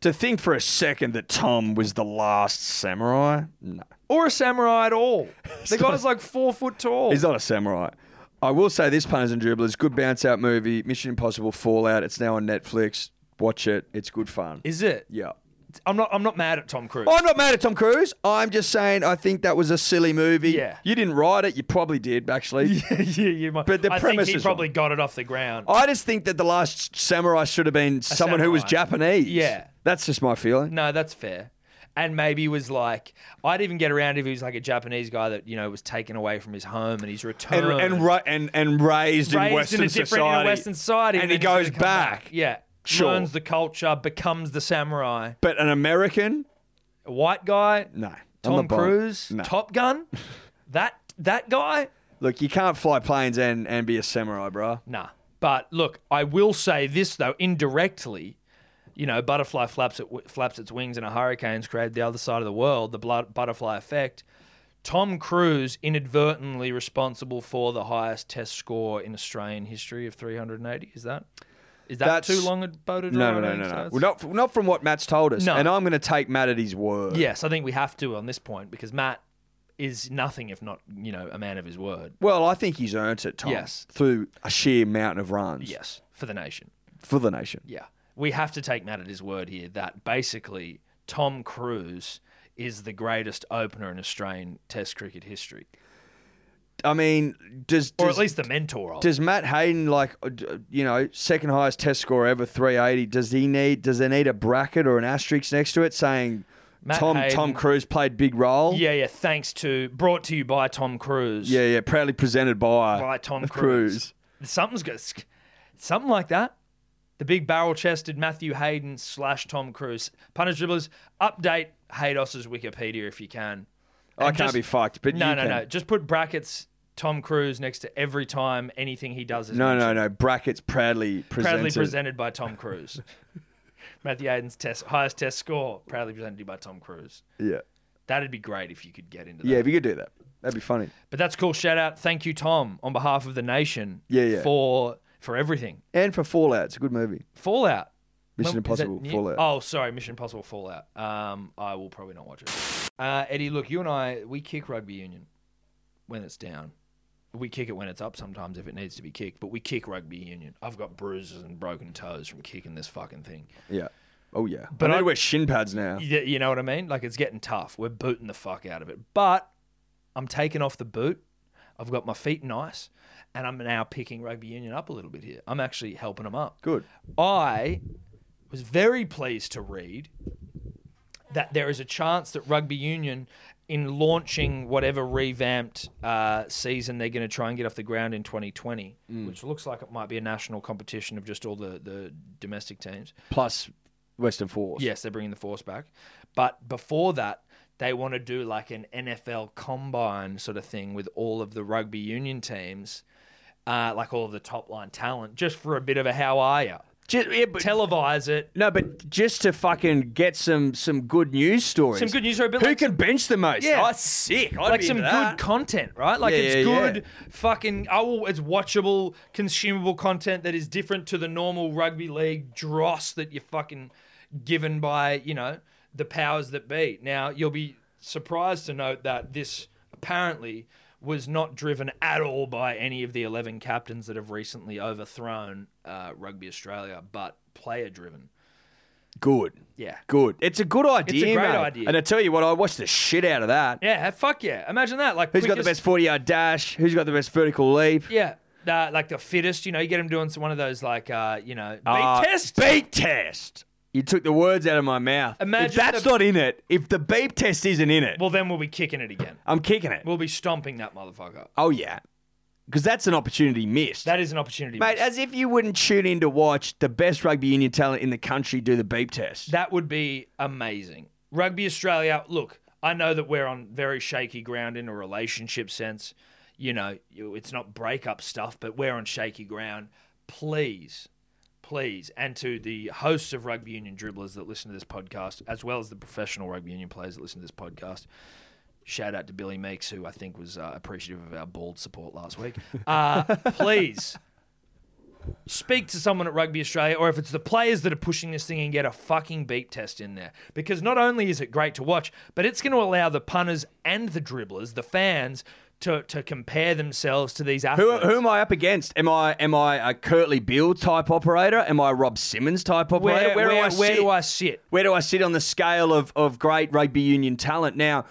[SPEAKER 3] to think for a second that Tom was the last samurai, no.
[SPEAKER 2] or a samurai at all. The guy's like four foot tall.
[SPEAKER 3] He's not a samurai. I will say this, punters and dribblers, good bounce out movie, Mission Impossible Fallout. It's now on Netflix. Watch it. It's good fun.
[SPEAKER 2] Is it?
[SPEAKER 3] yeah.
[SPEAKER 2] I'm not. I'm not mad at Tom Cruise.
[SPEAKER 3] I'm not mad at Tom Cruise. I'm just saying I think that was a silly movie.
[SPEAKER 2] Yeah.
[SPEAKER 3] You didn't write it. You probably did, actually.
[SPEAKER 2] yeah, you might.
[SPEAKER 3] But the
[SPEAKER 2] I think
[SPEAKER 3] premise
[SPEAKER 2] he
[SPEAKER 3] is Oh.
[SPEAKER 2] probably got it off the ground.
[SPEAKER 3] I just think that The Last Samurai should have been someone who was
[SPEAKER 2] samurai.
[SPEAKER 3] Japanese.
[SPEAKER 2] Yeah.
[SPEAKER 3] That's just my feeling.
[SPEAKER 2] No, that's fair. And maybe he was like, I'd even get around if he was like a Japanese guy that you know was taken away from his home and he's returned
[SPEAKER 3] And, and, ra- and, and
[SPEAKER 2] raised
[SPEAKER 3] raised, in Western
[SPEAKER 2] in a different
[SPEAKER 3] society.
[SPEAKER 2] in a Western society,
[SPEAKER 3] And he
[SPEAKER 2] then he's
[SPEAKER 3] goes
[SPEAKER 2] gonna come
[SPEAKER 3] back.
[SPEAKER 2] Yeah,
[SPEAKER 3] Sure.
[SPEAKER 2] learns the culture, becomes the samurai.
[SPEAKER 3] But an American?
[SPEAKER 2] A white guy,
[SPEAKER 3] No. I'm
[SPEAKER 2] Tom
[SPEAKER 3] not buying-
[SPEAKER 2] Cruise,
[SPEAKER 3] No.
[SPEAKER 2] Top Gun, that that guy,
[SPEAKER 3] Look, you can't fly planes and, and be a samurai, bruh.
[SPEAKER 2] nah. But look, I will say this though, indirectly, you know, butterfly flaps it, flaps its wings in a hurricane's created the other side of the world, the blood, butterfly effect. Tom Cruise inadvertently responsible for the highest test score in Australian history of 380. Is that is that
[SPEAKER 3] That's-
[SPEAKER 2] too long a boat? to
[SPEAKER 3] No,
[SPEAKER 2] draw?
[SPEAKER 3] no, no, no,
[SPEAKER 2] So
[SPEAKER 3] no.
[SPEAKER 2] it's-
[SPEAKER 3] Well, not, not from what Matt's told us.
[SPEAKER 2] No.
[SPEAKER 3] And I'm going to take Matt at his word.
[SPEAKER 2] Yes, I think we have to on this point because Matt is nothing if not you know a man of his word.
[SPEAKER 3] Well, I think he's earned it, Tom.
[SPEAKER 2] Yes.
[SPEAKER 3] Through a sheer mountain of runs.
[SPEAKER 2] Yes, for the nation.
[SPEAKER 3] For the nation.
[SPEAKER 2] Yeah. We have to take Matt at his word here that basically Tom Cruise is the greatest opener in Australian Test cricket history,
[SPEAKER 3] I mean, does
[SPEAKER 2] or
[SPEAKER 3] does,
[SPEAKER 2] at least the mentor of.
[SPEAKER 3] does Matt Hayden like uh, d- you know second highest Test score ever, three eighty? Does he need? Does there need a bracket or an asterisk next to it saying
[SPEAKER 2] Matt
[SPEAKER 3] Tom Tom
[SPEAKER 2] Hayden-
[SPEAKER 3] Cruise played big role?
[SPEAKER 2] yeah, yeah. Thanks to brought to you by Tom Cruise.
[SPEAKER 3] yeah, yeah. Proudly presented by
[SPEAKER 2] by Tom Cruise. Something's got something like that. The big barrel-chested Matthew Hayden slash Tom Cruise. Punters, dribblers, update Haydos's Wikipedia if you can.
[SPEAKER 3] I
[SPEAKER 2] And
[SPEAKER 3] can't
[SPEAKER 2] just-
[SPEAKER 3] be fucked, but
[SPEAKER 2] No,
[SPEAKER 3] you
[SPEAKER 2] no,
[SPEAKER 3] can.
[SPEAKER 2] no. Just put brackets Tom Cruise next to every time anything he does is
[SPEAKER 3] No,
[SPEAKER 2] mentioned.
[SPEAKER 3] no, no. Brackets proudly presented.
[SPEAKER 2] proudly presented by Tom Cruise. Matthew Hayden's test highest test score proudly presented by Tom Cruise.
[SPEAKER 3] Yeah,
[SPEAKER 2] That'd be great if you could get into that.
[SPEAKER 3] yeah. If you could do that, that'd be funny.
[SPEAKER 2] But that's cool. Shout out. Thank you, Tom, on behalf of the nation
[SPEAKER 3] Yeah, yeah.
[SPEAKER 2] for for everything.
[SPEAKER 3] And for Fallout, it's a good movie.
[SPEAKER 2] Fallout.
[SPEAKER 3] Mission
[SPEAKER 2] When- is that
[SPEAKER 3] Impossible
[SPEAKER 2] new?
[SPEAKER 3] Fallout.
[SPEAKER 2] Oh, sorry, Mission Impossible Fallout. Um, I will probably not watch it. Uh, Eddie, look, you and I, we kick rugby union when it's down. We kick it when it's up sometimes if it needs to be kicked, but we kick rugby union. I've got bruises and broken toes from kicking this fucking thing.
[SPEAKER 3] Yeah. Oh yeah. But
[SPEAKER 2] But
[SPEAKER 3] I need
[SPEAKER 2] I-
[SPEAKER 3] to wear shin pads now.
[SPEAKER 2] You, you know what I mean? Like it's getting tough. We're booting the fuck out of it. But I'm taking off the boot. I've got my feet nice, and I'm now picking rugby union up a little bit here. I'm actually helping them up.
[SPEAKER 3] Good.
[SPEAKER 2] I was very pleased to read that there is a chance that rugby union, in launching whatever revamped uh, season they're going to try and get off the ground in 2020, which looks like it might be a national competition of just all the, the domestic teams.
[SPEAKER 3] Plus Western Force.
[SPEAKER 2] Yes, they're bringing the force back. But before that, they want to do like an NFL combine sort of thing with all of the rugby union teams, uh, like all of the top line talent, just for a bit of a how are you?
[SPEAKER 3] Just, yeah, but
[SPEAKER 2] Televise it.
[SPEAKER 3] No, but just to fucking get some some good news stories.
[SPEAKER 2] Some good news story, but
[SPEAKER 3] Who
[SPEAKER 2] like
[SPEAKER 3] can bench the most?
[SPEAKER 2] Yeah.
[SPEAKER 3] Oh, sick. I'd
[SPEAKER 2] like
[SPEAKER 3] be
[SPEAKER 2] some
[SPEAKER 3] into that.
[SPEAKER 2] good content, right? Like
[SPEAKER 3] Yeah,
[SPEAKER 2] it's
[SPEAKER 3] yeah, yeah.
[SPEAKER 2] good fucking oh, it's watchable, consumable content that is different to the normal rugby league dross that you're fucking given by, you know, the powers that be. Now, you'll be surprised to note that this apparently was not driven at all by any of the 11 captains that have recently overthrown uh, Rugby Australia, but player driven.
[SPEAKER 3] good.
[SPEAKER 2] Yeah.
[SPEAKER 3] Good. It's a good idea.
[SPEAKER 2] great
[SPEAKER 3] mate.
[SPEAKER 2] idea.
[SPEAKER 3] And I tell you what, I watched the shit out of that.
[SPEAKER 2] Yeah, fuck yeah. Imagine that. Like
[SPEAKER 3] Who's got the
[SPEAKER 2] quickest-
[SPEAKER 3] best 40 yard dash? Who's got the best vertical leap?
[SPEAKER 2] Yeah. Uh, like the fittest, you know, you get him doing some- one of those like, uh, you know, beat
[SPEAKER 3] Uh,
[SPEAKER 2] test.
[SPEAKER 3] Beep test. You took the words out of my mouth.
[SPEAKER 2] Imagine
[SPEAKER 3] if that's
[SPEAKER 2] the-
[SPEAKER 3] not in it, if the beep test isn't in it,
[SPEAKER 2] Well, then we'll be kicking it again.
[SPEAKER 3] I'm kicking it.
[SPEAKER 2] We'll be stomping that motherfucker.
[SPEAKER 3] oh, yeah. Because that's an opportunity missed.
[SPEAKER 2] That is an opportunity.
[SPEAKER 3] Mate,
[SPEAKER 2] missed.
[SPEAKER 3] as if you wouldn't tune in to watch the best rugby union talent in the country do the beep test.
[SPEAKER 2] that would be amazing. Rugby Australia, look, I know that we're on very shaky ground in a relationship sense. You know, you- it's not breakup stuff, but we're on shaky ground. Please, please, and to the hosts of rugby union dribblers that listen to this podcast, as well as the professional rugby union players that listen to this podcast, Shout out to Billy Meeks, who I think was uh, appreciative of our bald support last week. Uh, please speak to someone at Rugby Australia, or if it's the players that are pushing this thing and get a fucking beep test in there. Because not only is it great to watch, but it's going to allow the punters and the dribblers, the fans, to, to compare themselves to these athletes.
[SPEAKER 3] Who, who am I up against? Am I am I a Curtly Bill type operator? Am I a Rob Simmons type operator?
[SPEAKER 2] where, where,
[SPEAKER 3] do I
[SPEAKER 2] where
[SPEAKER 3] sit?
[SPEAKER 2] do I sit?
[SPEAKER 3] Where do I sit on the scale of, of great rugby union talent? Now,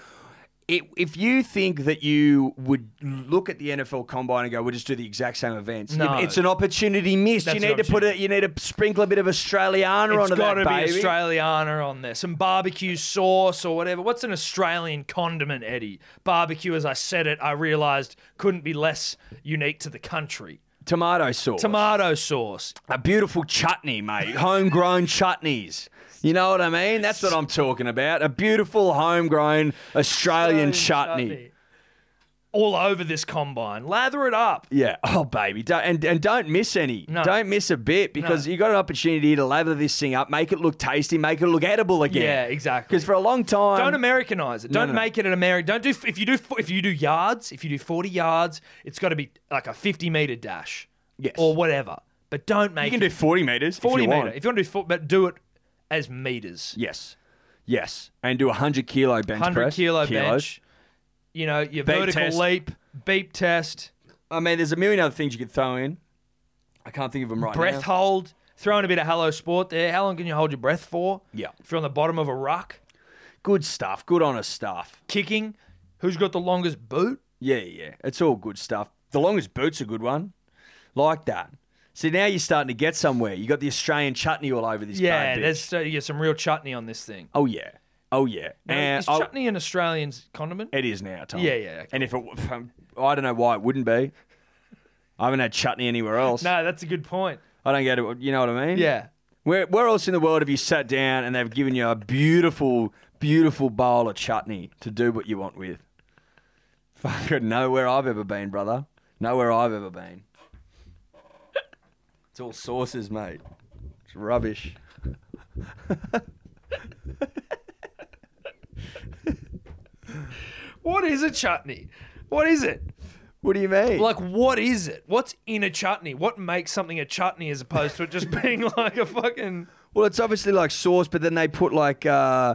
[SPEAKER 3] it, if you think that you would look at the NFL combine and go, we'll just do the exact same events,
[SPEAKER 2] No.
[SPEAKER 3] it's an opportunity missed.
[SPEAKER 2] That's
[SPEAKER 3] you
[SPEAKER 2] an
[SPEAKER 3] need to put it. You need to sprinkle a bit of Australiana
[SPEAKER 2] It's
[SPEAKER 3] onto
[SPEAKER 2] got
[SPEAKER 3] that
[SPEAKER 2] to be
[SPEAKER 3] baby.
[SPEAKER 2] Australiana on there. Some barbecue sauce or whatever. What's an Australian condiment, Eddie? Barbecue, as I said it, I realised couldn't be less unique to the country.
[SPEAKER 3] Tomato sauce.
[SPEAKER 2] Tomato sauce.
[SPEAKER 3] a beautiful chutney, mate. Homegrown chutneys. You know what I mean? That's what I'm talking about. A beautiful homegrown Australian chutney.
[SPEAKER 2] all over this combine. Lather it up.
[SPEAKER 3] Yeah. Oh, baby. Don't, and, and don't miss any.
[SPEAKER 2] No.
[SPEAKER 3] Don't miss a bit because you got an opportunity to lather this thing up, make it look tasty, make it look edible
[SPEAKER 2] Yeah,
[SPEAKER 3] again.
[SPEAKER 2] exactly.
[SPEAKER 3] Because for a long time.
[SPEAKER 2] Don't Americanize it.
[SPEAKER 3] No,
[SPEAKER 2] Don't
[SPEAKER 3] no, no.
[SPEAKER 2] make it an American. Don't do if you do if you do yards. If you do forty yards, it's got to be like a fifty meter dash,
[SPEAKER 3] Yes.
[SPEAKER 2] or whatever. But don't make
[SPEAKER 3] you can
[SPEAKER 2] it
[SPEAKER 3] do 40 metres.
[SPEAKER 2] forty
[SPEAKER 3] if you
[SPEAKER 2] meter.
[SPEAKER 3] want.
[SPEAKER 2] If you want to do, foot, but do it as meters.
[SPEAKER 3] Yes. Yes. And do a 100 kilo bench
[SPEAKER 2] Hundred
[SPEAKER 3] press.
[SPEAKER 2] kilo
[SPEAKER 3] Kilos.
[SPEAKER 2] bench. You know your
[SPEAKER 3] Beep
[SPEAKER 2] vertical
[SPEAKER 3] test.
[SPEAKER 2] leap, beep test,
[SPEAKER 3] I mean, there's a million other things you could throw in. I can't think of them right
[SPEAKER 2] breath
[SPEAKER 3] now.
[SPEAKER 2] hold. Throw in a bit of hello sport there. How long can you hold your breath for?
[SPEAKER 3] Yeah.
[SPEAKER 2] If you're on the bottom of a ruck,
[SPEAKER 3] Good stuff. Good honest stuff.
[SPEAKER 2] kicking. Who's got the longest boot?
[SPEAKER 3] Yeah, yeah. It's all good stuff. The longest boot's a good one. Like that. See, now you're starting to get somewhere. You got the Australian chutney all over this
[SPEAKER 2] Yeah,
[SPEAKER 3] bad bitch.
[SPEAKER 2] there's uh, yeah, some real chutney on this thing.
[SPEAKER 3] Oh, yeah. Oh, yeah.
[SPEAKER 2] Now,
[SPEAKER 3] and
[SPEAKER 2] is
[SPEAKER 3] I'll-
[SPEAKER 2] chutney an Australian's condiment?
[SPEAKER 3] It is now, Tom.
[SPEAKER 2] Yeah, yeah, okay.
[SPEAKER 3] And if it, w- um, I don't know why it wouldn't be. I haven't had chutney anywhere else.
[SPEAKER 2] No, that's a good point.
[SPEAKER 3] I don't get it. You know what I mean?
[SPEAKER 2] Yeah.
[SPEAKER 3] Where, where else in the world have you sat down and they've given you a beautiful, beautiful bowl of chutney to do what you want with? Fucking nowhere I've ever been, brother. Nowhere I've ever been. It's all sauces, mate. It's rubbish.
[SPEAKER 2] What is a chutney? What is it?
[SPEAKER 3] What do you mean?
[SPEAKER 2] Like, what is it? What's in a chutney? What makes something a chutney as opposed to it just being like a fucking.
[SPEAKER 3] Well, it's obviously like sauce, but then they put like uh,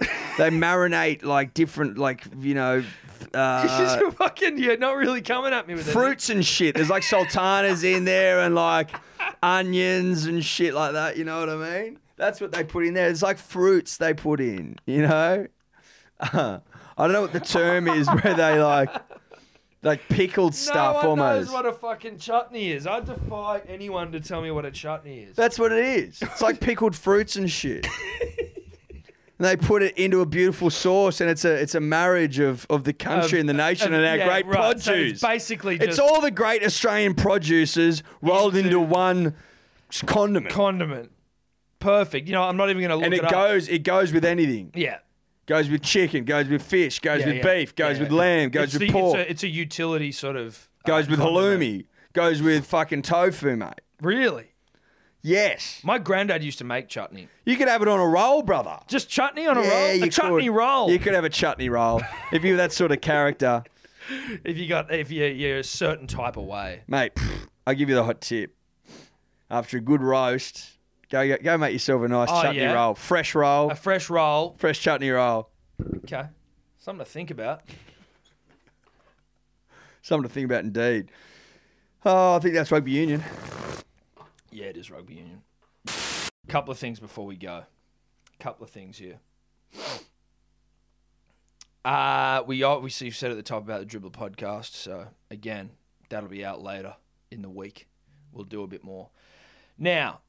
[SPEAKER 3] they marinate like different like you know
[SPEAKER 2] It's
[SPEAKER 3] uh,
[SPEAKER 2] just fucking. You're not really coming at me with it.
[SPEAKER 3] fruits and shit. There's like sultanas in there and like onions and shit like that. You know what I mean? That's what they put in there. It's like fruits they put in. You know, I don't know what the term is where they like like pickled
[SPEAKER 2] No
[SPEAKER 3] stuff
[SPEAKER 2] one
[SPEAKER 3] almost.
[SPEAKER 2] knows what a fucking chutney is. I defy anyone to tell me what a chutney is.
[SPEAKER 3] That's what it is. It's like pickled fruits and shit. And they put it into a beautiful sauce, and it's a it's a marriage of, of the country and the nation and our
[SPEAKER 2] yeah,
[SPEAKER 3] great
[SPEAKER 2] right,
[SPEAKER 3] produce.
[SPEAKER 2] so it's basically
[SPEAKER 3] It's
[SPEAKER 2] just
[SPEAKER 3] all the great Australian producers rolled into, one s- condiment,
[SPEAKER 2] condiment. Perfect. You know, I'm not even going to look
[SPEAKER 3] and it
[SPEAKER 2] up.
[SPEAKER 3] goes it goes with anything.
[SPEAKER 2] Yeah.
[SPEAKER 3] Goes with chicken. Goes with fish. Goes
[SPEAKER 2] yeah,
[SPEAKER 3] with
[SPEAKER 2] yeah.
[SPEAKER 3] beef. Goes
[SPEAKER 2] Yeah,
[SPEAKER 3] with
[SPEAKER 2] yeah.
[SPEAKER 3] lamb.
[SPEAKER 2] It's
[SPEAKER 3] Goes with
[SPEAKER 2] the- it's
[SPEAKER 3] pork.
[SPEAKER 2] a- It's a utility sort of. uh,
[SPEAKER 3] goes with
[SPEAKER 2] condiment.
[SPEAKER 3] halloumi. Goes with fucking tofu, mate.
[SPEAKER 2] Really?
[SPEAKER 3] Yes,
[SPEAKER 2] My granddad used to make chutney.
[SPEAKER 3] you could have it on a roll, brother.
[SPEAKER 2] Just chutney on a
[SPEAKER 3] Yeah,
[SPEAKER 2] roll?
[SPEAKER 3] you
[SPEAKER 2] A chutney
[SPEAKER 3] could.
[SPEAKER 2] roll.
[SPEAKER 3] You could have a chutney roll if you're that sort of character,
[SPEAKER 2] If you got if you you're a certain type of way.
[SPEAKER 3] mate. I'll give you the hot tip. After a good roast, go go, go make yourself a nice
[SPEAKER 2] Oh,
[SPEAKER 3] chutney
[SPEAKER 2] yeah?
[SPEAKER 3] roll, fresh roll,
[SPEAKER 2] A fresh roll.
[SPEAKER 3] fresh chutney roll.
[SPEAKER 2] Okay. Something to think about.
[SPEAKER 3] Something to think about, indeed. Oh, I think that's rugby union.
[SPEAKER 2] Yeah, it is rugby union. Couple of things before we go. Couple of things here. Uh we obviously said at the top about the dribble podcast, so again, that'll be out later in the week. We'll do a bit more. Now,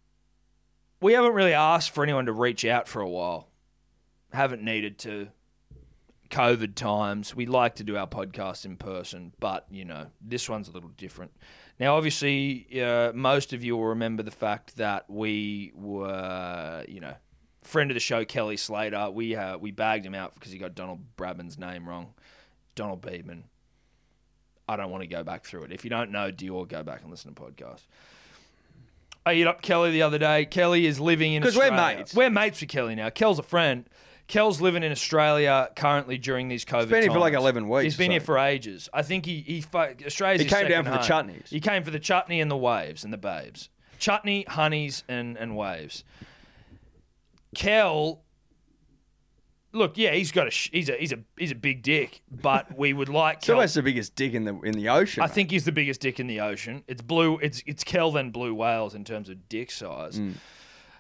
[SPEAKER 2] we haven't really asked for anyone to reach out for a while. Haven't needed to. COVID times. We like to do our podcast in person, but you know, this one's a little different. Now, obviously, uh, most of you will remember the fact that we were, you know, friend of the show Kelly Slater. We uh, we bagged him out because he got Donald Brabham's name wrong. Donald Beedman. I don't want to go back through it. If you don't know Dior, go back and listen to podcasts. I hit up Kelly the other day. Kelly is living in
[SPEAKER 3] 'Cause we're
[SPEAKER 2] Australia.
[SPEAKER 3] mates.
[SPEAKER 2] We're mates with Kelly now. Kel's a friend. Kel's living in Australia currently during these COVID.
[SPEAKER 3] been here for like
[SPEAKER 2] times.
[SPEAKER 3] 11 weeks
[SPEAKER 2] He's
[SPEAKER 3] or
[SPEAKER 2] been here
[SPEAKER 3] something.
[SPEAKER 2] for ages. I think he he fu- Australia's.
[SPEAKER 3] He
[SPEAKER 2] his
[SPEAKER 3] came
[SPEAKER 2] second
[SPEAKER 3] down for the
[SPEAKER 2] home.
[SPEAKER 3] chutneys.
[SPEAKER 2] He came for the chutney and the waves and the babes. Chutney, honeys, and and waves. Kel, look, yeah, he's got a sh- he's a he's a he's a big dick, but we would like
[SPEAKER 3] It's
[SPEAKER 2] Kel.
[SPEAKER 3] almost the biggest dig in the in the ocean.
[SPEAKER 2] I
[SPEAKER 3] mate.
[SPEAKER 2] think he's the biggest dick in the ocean. It's blue. It's it's Kel then blue whales in terms of dick size.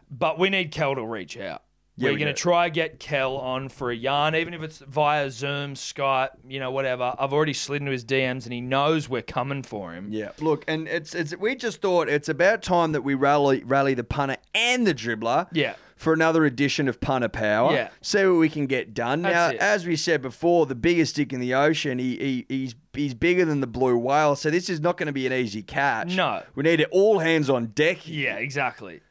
[SPEAKER 2] But we need Kel to reach out.
[SPEAKER 3] Mm. Yeah,
[SPEAKER 2] We're
[SPEAKER 3] we
[SPEAKER 2] going to
[SPEAKER 3] do.
[SPEAKER 2] try get Kel on for a yarn, even if it's via Zoom, Skype, you know, whatever. I've already slid into his DMs, and he knows we're coming for him.
[SPEAKER 3] Yeah, look, and it's it's we just thought it's about time that we rally rally the punter and the dribbler.
[SPEAKER 2] Yeah.
[SPEAKER 3] For another edition of Punter Power.
[SPEAKER 2] Yeah.
[SPEAKER 3] See what we can get done. now,
[SPEAKER 2] That's it.
[SPEAKER 3] as we said before, the biggest dick in the ocean, he, he he's he's bigger than the blue whale, so this is not going to be an easy catch.
[SPEAKER 2] No.
[SPEAKER 3] We need it all hands on deck. here.
[SPEAKER 2] Yeah, exactly.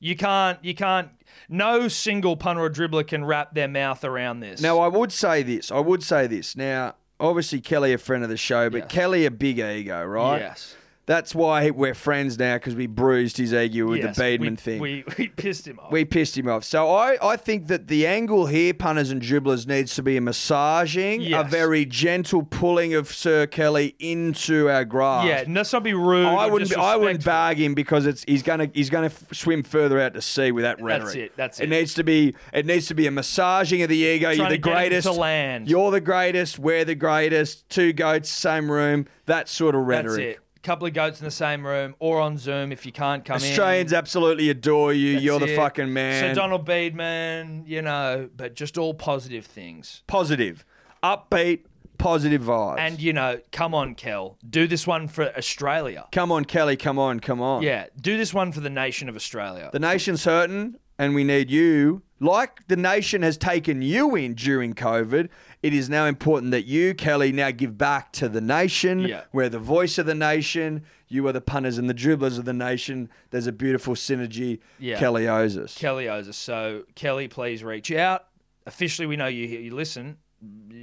[SPEAKER 2] You can't. You can't. No single punter or dribbler can wrap their mouth around this.
[SPEAKER 3] Now I would say this. I would say this. Now obviously Kelly a friend of the show, but
[SPEAKER 2] Yes.
[SPEAKER 3] Kelly a big ego, right?
[SPEAKER 2] Yes.
[SPEAKER 3] That's why we're friends now because we bruised his ego with
[SPEAKER 2] Yes,
[SPEAKER 3] the Beedman
[SPEAKER 2] we,
[SPEAKER 3] thing.
[SPEAKER 2] We, we pissed him off.
[SPEAKER 3] We pissed him off. So I, I think that the angle here, punters and dribblers, needs to be a massaging,
[SPEAKER 2] Yes.
[SPEAKER 3] a very gentle pulling of Sir Kelly into our grasp.
[SPEAKER 2] yeah, and let's not be rude.
[SPEAKER 3] uh, I
[SPEAKER 2] or
[SPEAKER 3] wouldn't. Be, I wouldn't
[SPEAKER 2] disrespectful.
[SPEAKER 3] bag him because it's he's gonna he's gonna f- swim further out to sea with that rhetoric.
[SPEAKER 2] it, that's it.
[SPEAKER 3] It needs to be. It needs to be a massaging of the ego.
[SPEAKER 2] Trying
[SPEAKER 3] You're the
[SPEAKER 2] to get him
[SPEAKER 3] greatest.
[SPEAKER 2] to land.
[SPEAKER 3] You're the greatest. We're the greatest. Two goats, same room. That sort of
[SPEAKER 2] That's
[SPEAKER 3] rhetoric.
[SPEAKER 2] it. A couple of goats in the same room or on Zoom if you can't come
[SPEAKER 3] Australians
[SPEAKER 2] in.
[SPEAKER 3] absolutely adore you.
[SPEAKER 2] That's
[SPEAKER 3] You're the
[SPEAKER 2] it.
[SPEAKER 3] fucking man.
[SPEAKER 2] So Donald Beedman, you know, but just all positive things.
[SPEAKER 3] positive, upbeat, positive vibes.
[SPEAKER 2] And you know, come on, Kel, do this one for Australia.
[SPEAKER 3] come on, Kelly. Come on, come on.
[SPEAKER 2] Yeah, do this one for the nation of Australia.
[SPEAKER 3] The nation's hurting, and we need you. Like the nation has taken you in during COVID, it is now important that you, Kelly, now give back to the nation.
[SPEAKER 2] Yeah.
[SPEAKER 3] We're the voice of the nation. You are the punters and the dribblers of the nation. There's a beautiful synergy.
[SPEAKER 2] Yeah.
[SPEAKER 3] Kelly owes us.
[SPEAKER 2] Kelly owes us. So Kelly, please reach out. Officially, we know you you listen.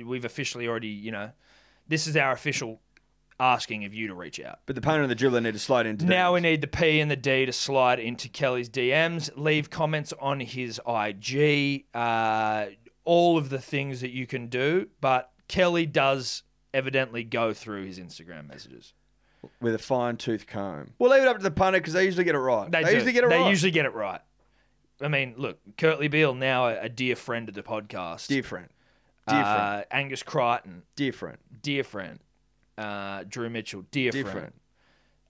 [SPEAKER 2] We've officially already, you know, this is our official asking of you to reach out.
[SPEAKER 3] but the punter and the dribbler need to slide into
[SPEAKER 2] Now we need the P and the D to slide into Kelly's DMs, leave comments on his IG, uh, all of the things that you can do. But Kelly does evidently go through his Instagram messages.
[SPEAKER 3] with a fine tooth comb. We'll leave it up to the punter because they usually get it right.
[SPEAKER 2] They, do.
[SPEAKER 3] usually get it
[SPEAKER 2] They
[SPEAKER 3] right.
[SPEAKER 2] usually get it right. I mean, look, Curtly Beale now a, a dear friend of the podcast.
[SPEAKER 3] different. Different.
[SPEAKER 2] Uh, Angus Crichton,
[SPEAKER 3] different.
[SPEAKER 2] dear friend. Uh, Drew Mitchell, dear friend.
[SPEAKER 3] Different.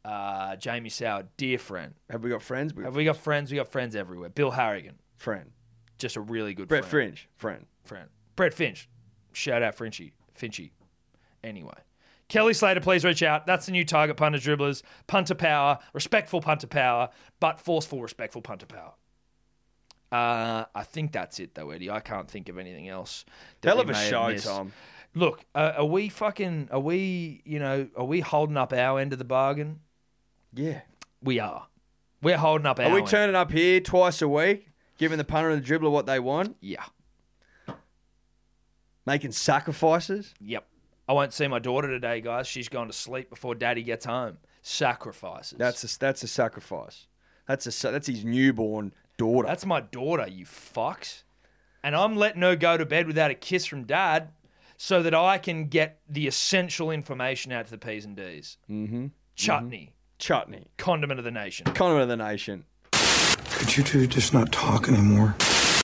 [SPEAKER 2] Uh, Jamie Sauer, dear friend.
[SPEAKER 3] Have we got friends? We got
[SPEAKER 2] Have we got friends? We got friends everywhere. Bill Harrigan,
[SPEAKER 3] friend.
[SPEAKER 2] just a really good
[SPEAKER 3] Brett
[SPEAKER 2] friend.
[SPEAKER 3] Fringe. Friend.
[SPEAKER 2] friend. Brett Finch. Shout out Finchy. Finchy. Anyway. Kelly Slater, please reach out. That's the new target punter dribblers. Punter power, respectful punter power, but forceful, respectful punter power. Uh, I think that's it though, Eddie. I can't think of anything else. that
[SPEAKER 3] Hell
[SPEAKER 2] we
[SPEAKER 3] of a
[SPEAKER 2] may have
[SPEAKER 3] show,
[SPEAKER 2] missed.
[SPEAKER 3] Tom.
[SPEAKER 2] Look, uh, are we fucking? Are we? You know, are we holding up our end of the bargain?
[SPEAKER 3] Yeah.
[SPEAKER 2] We are. We're holding up our.
[SPEAKER 3] Are we
[SPEAKER 2] end.
[SPEAKER 3] turning up here twice a week, giving the punter and the dribbler what they want,
[SPEAKER 2] Yeah.
[SPEAKER 3] making sacrifices?
[SPEAKER 2] Yep. I won't see my daughter today, guys. She's gone to sleep before Daddy gets home. Sacrifices.
[SPEAKER 3] That's a, that's a sacrifice. That's a sa- that's his newborn daughter.
[SPEAKER 2] That's my daughter, you fucks. And I'm letting her go to bed without a kiss from dad so that I can get the essential information out to the P's and D's. Mm-hmm. Chutney,
[SPEAKER 3] chutney,
[SPEAKER 2] condiment of the nation.
[SPEAKER 3] condiment of the nation.
[SPEAKER 4] Could you two just not talk anymore?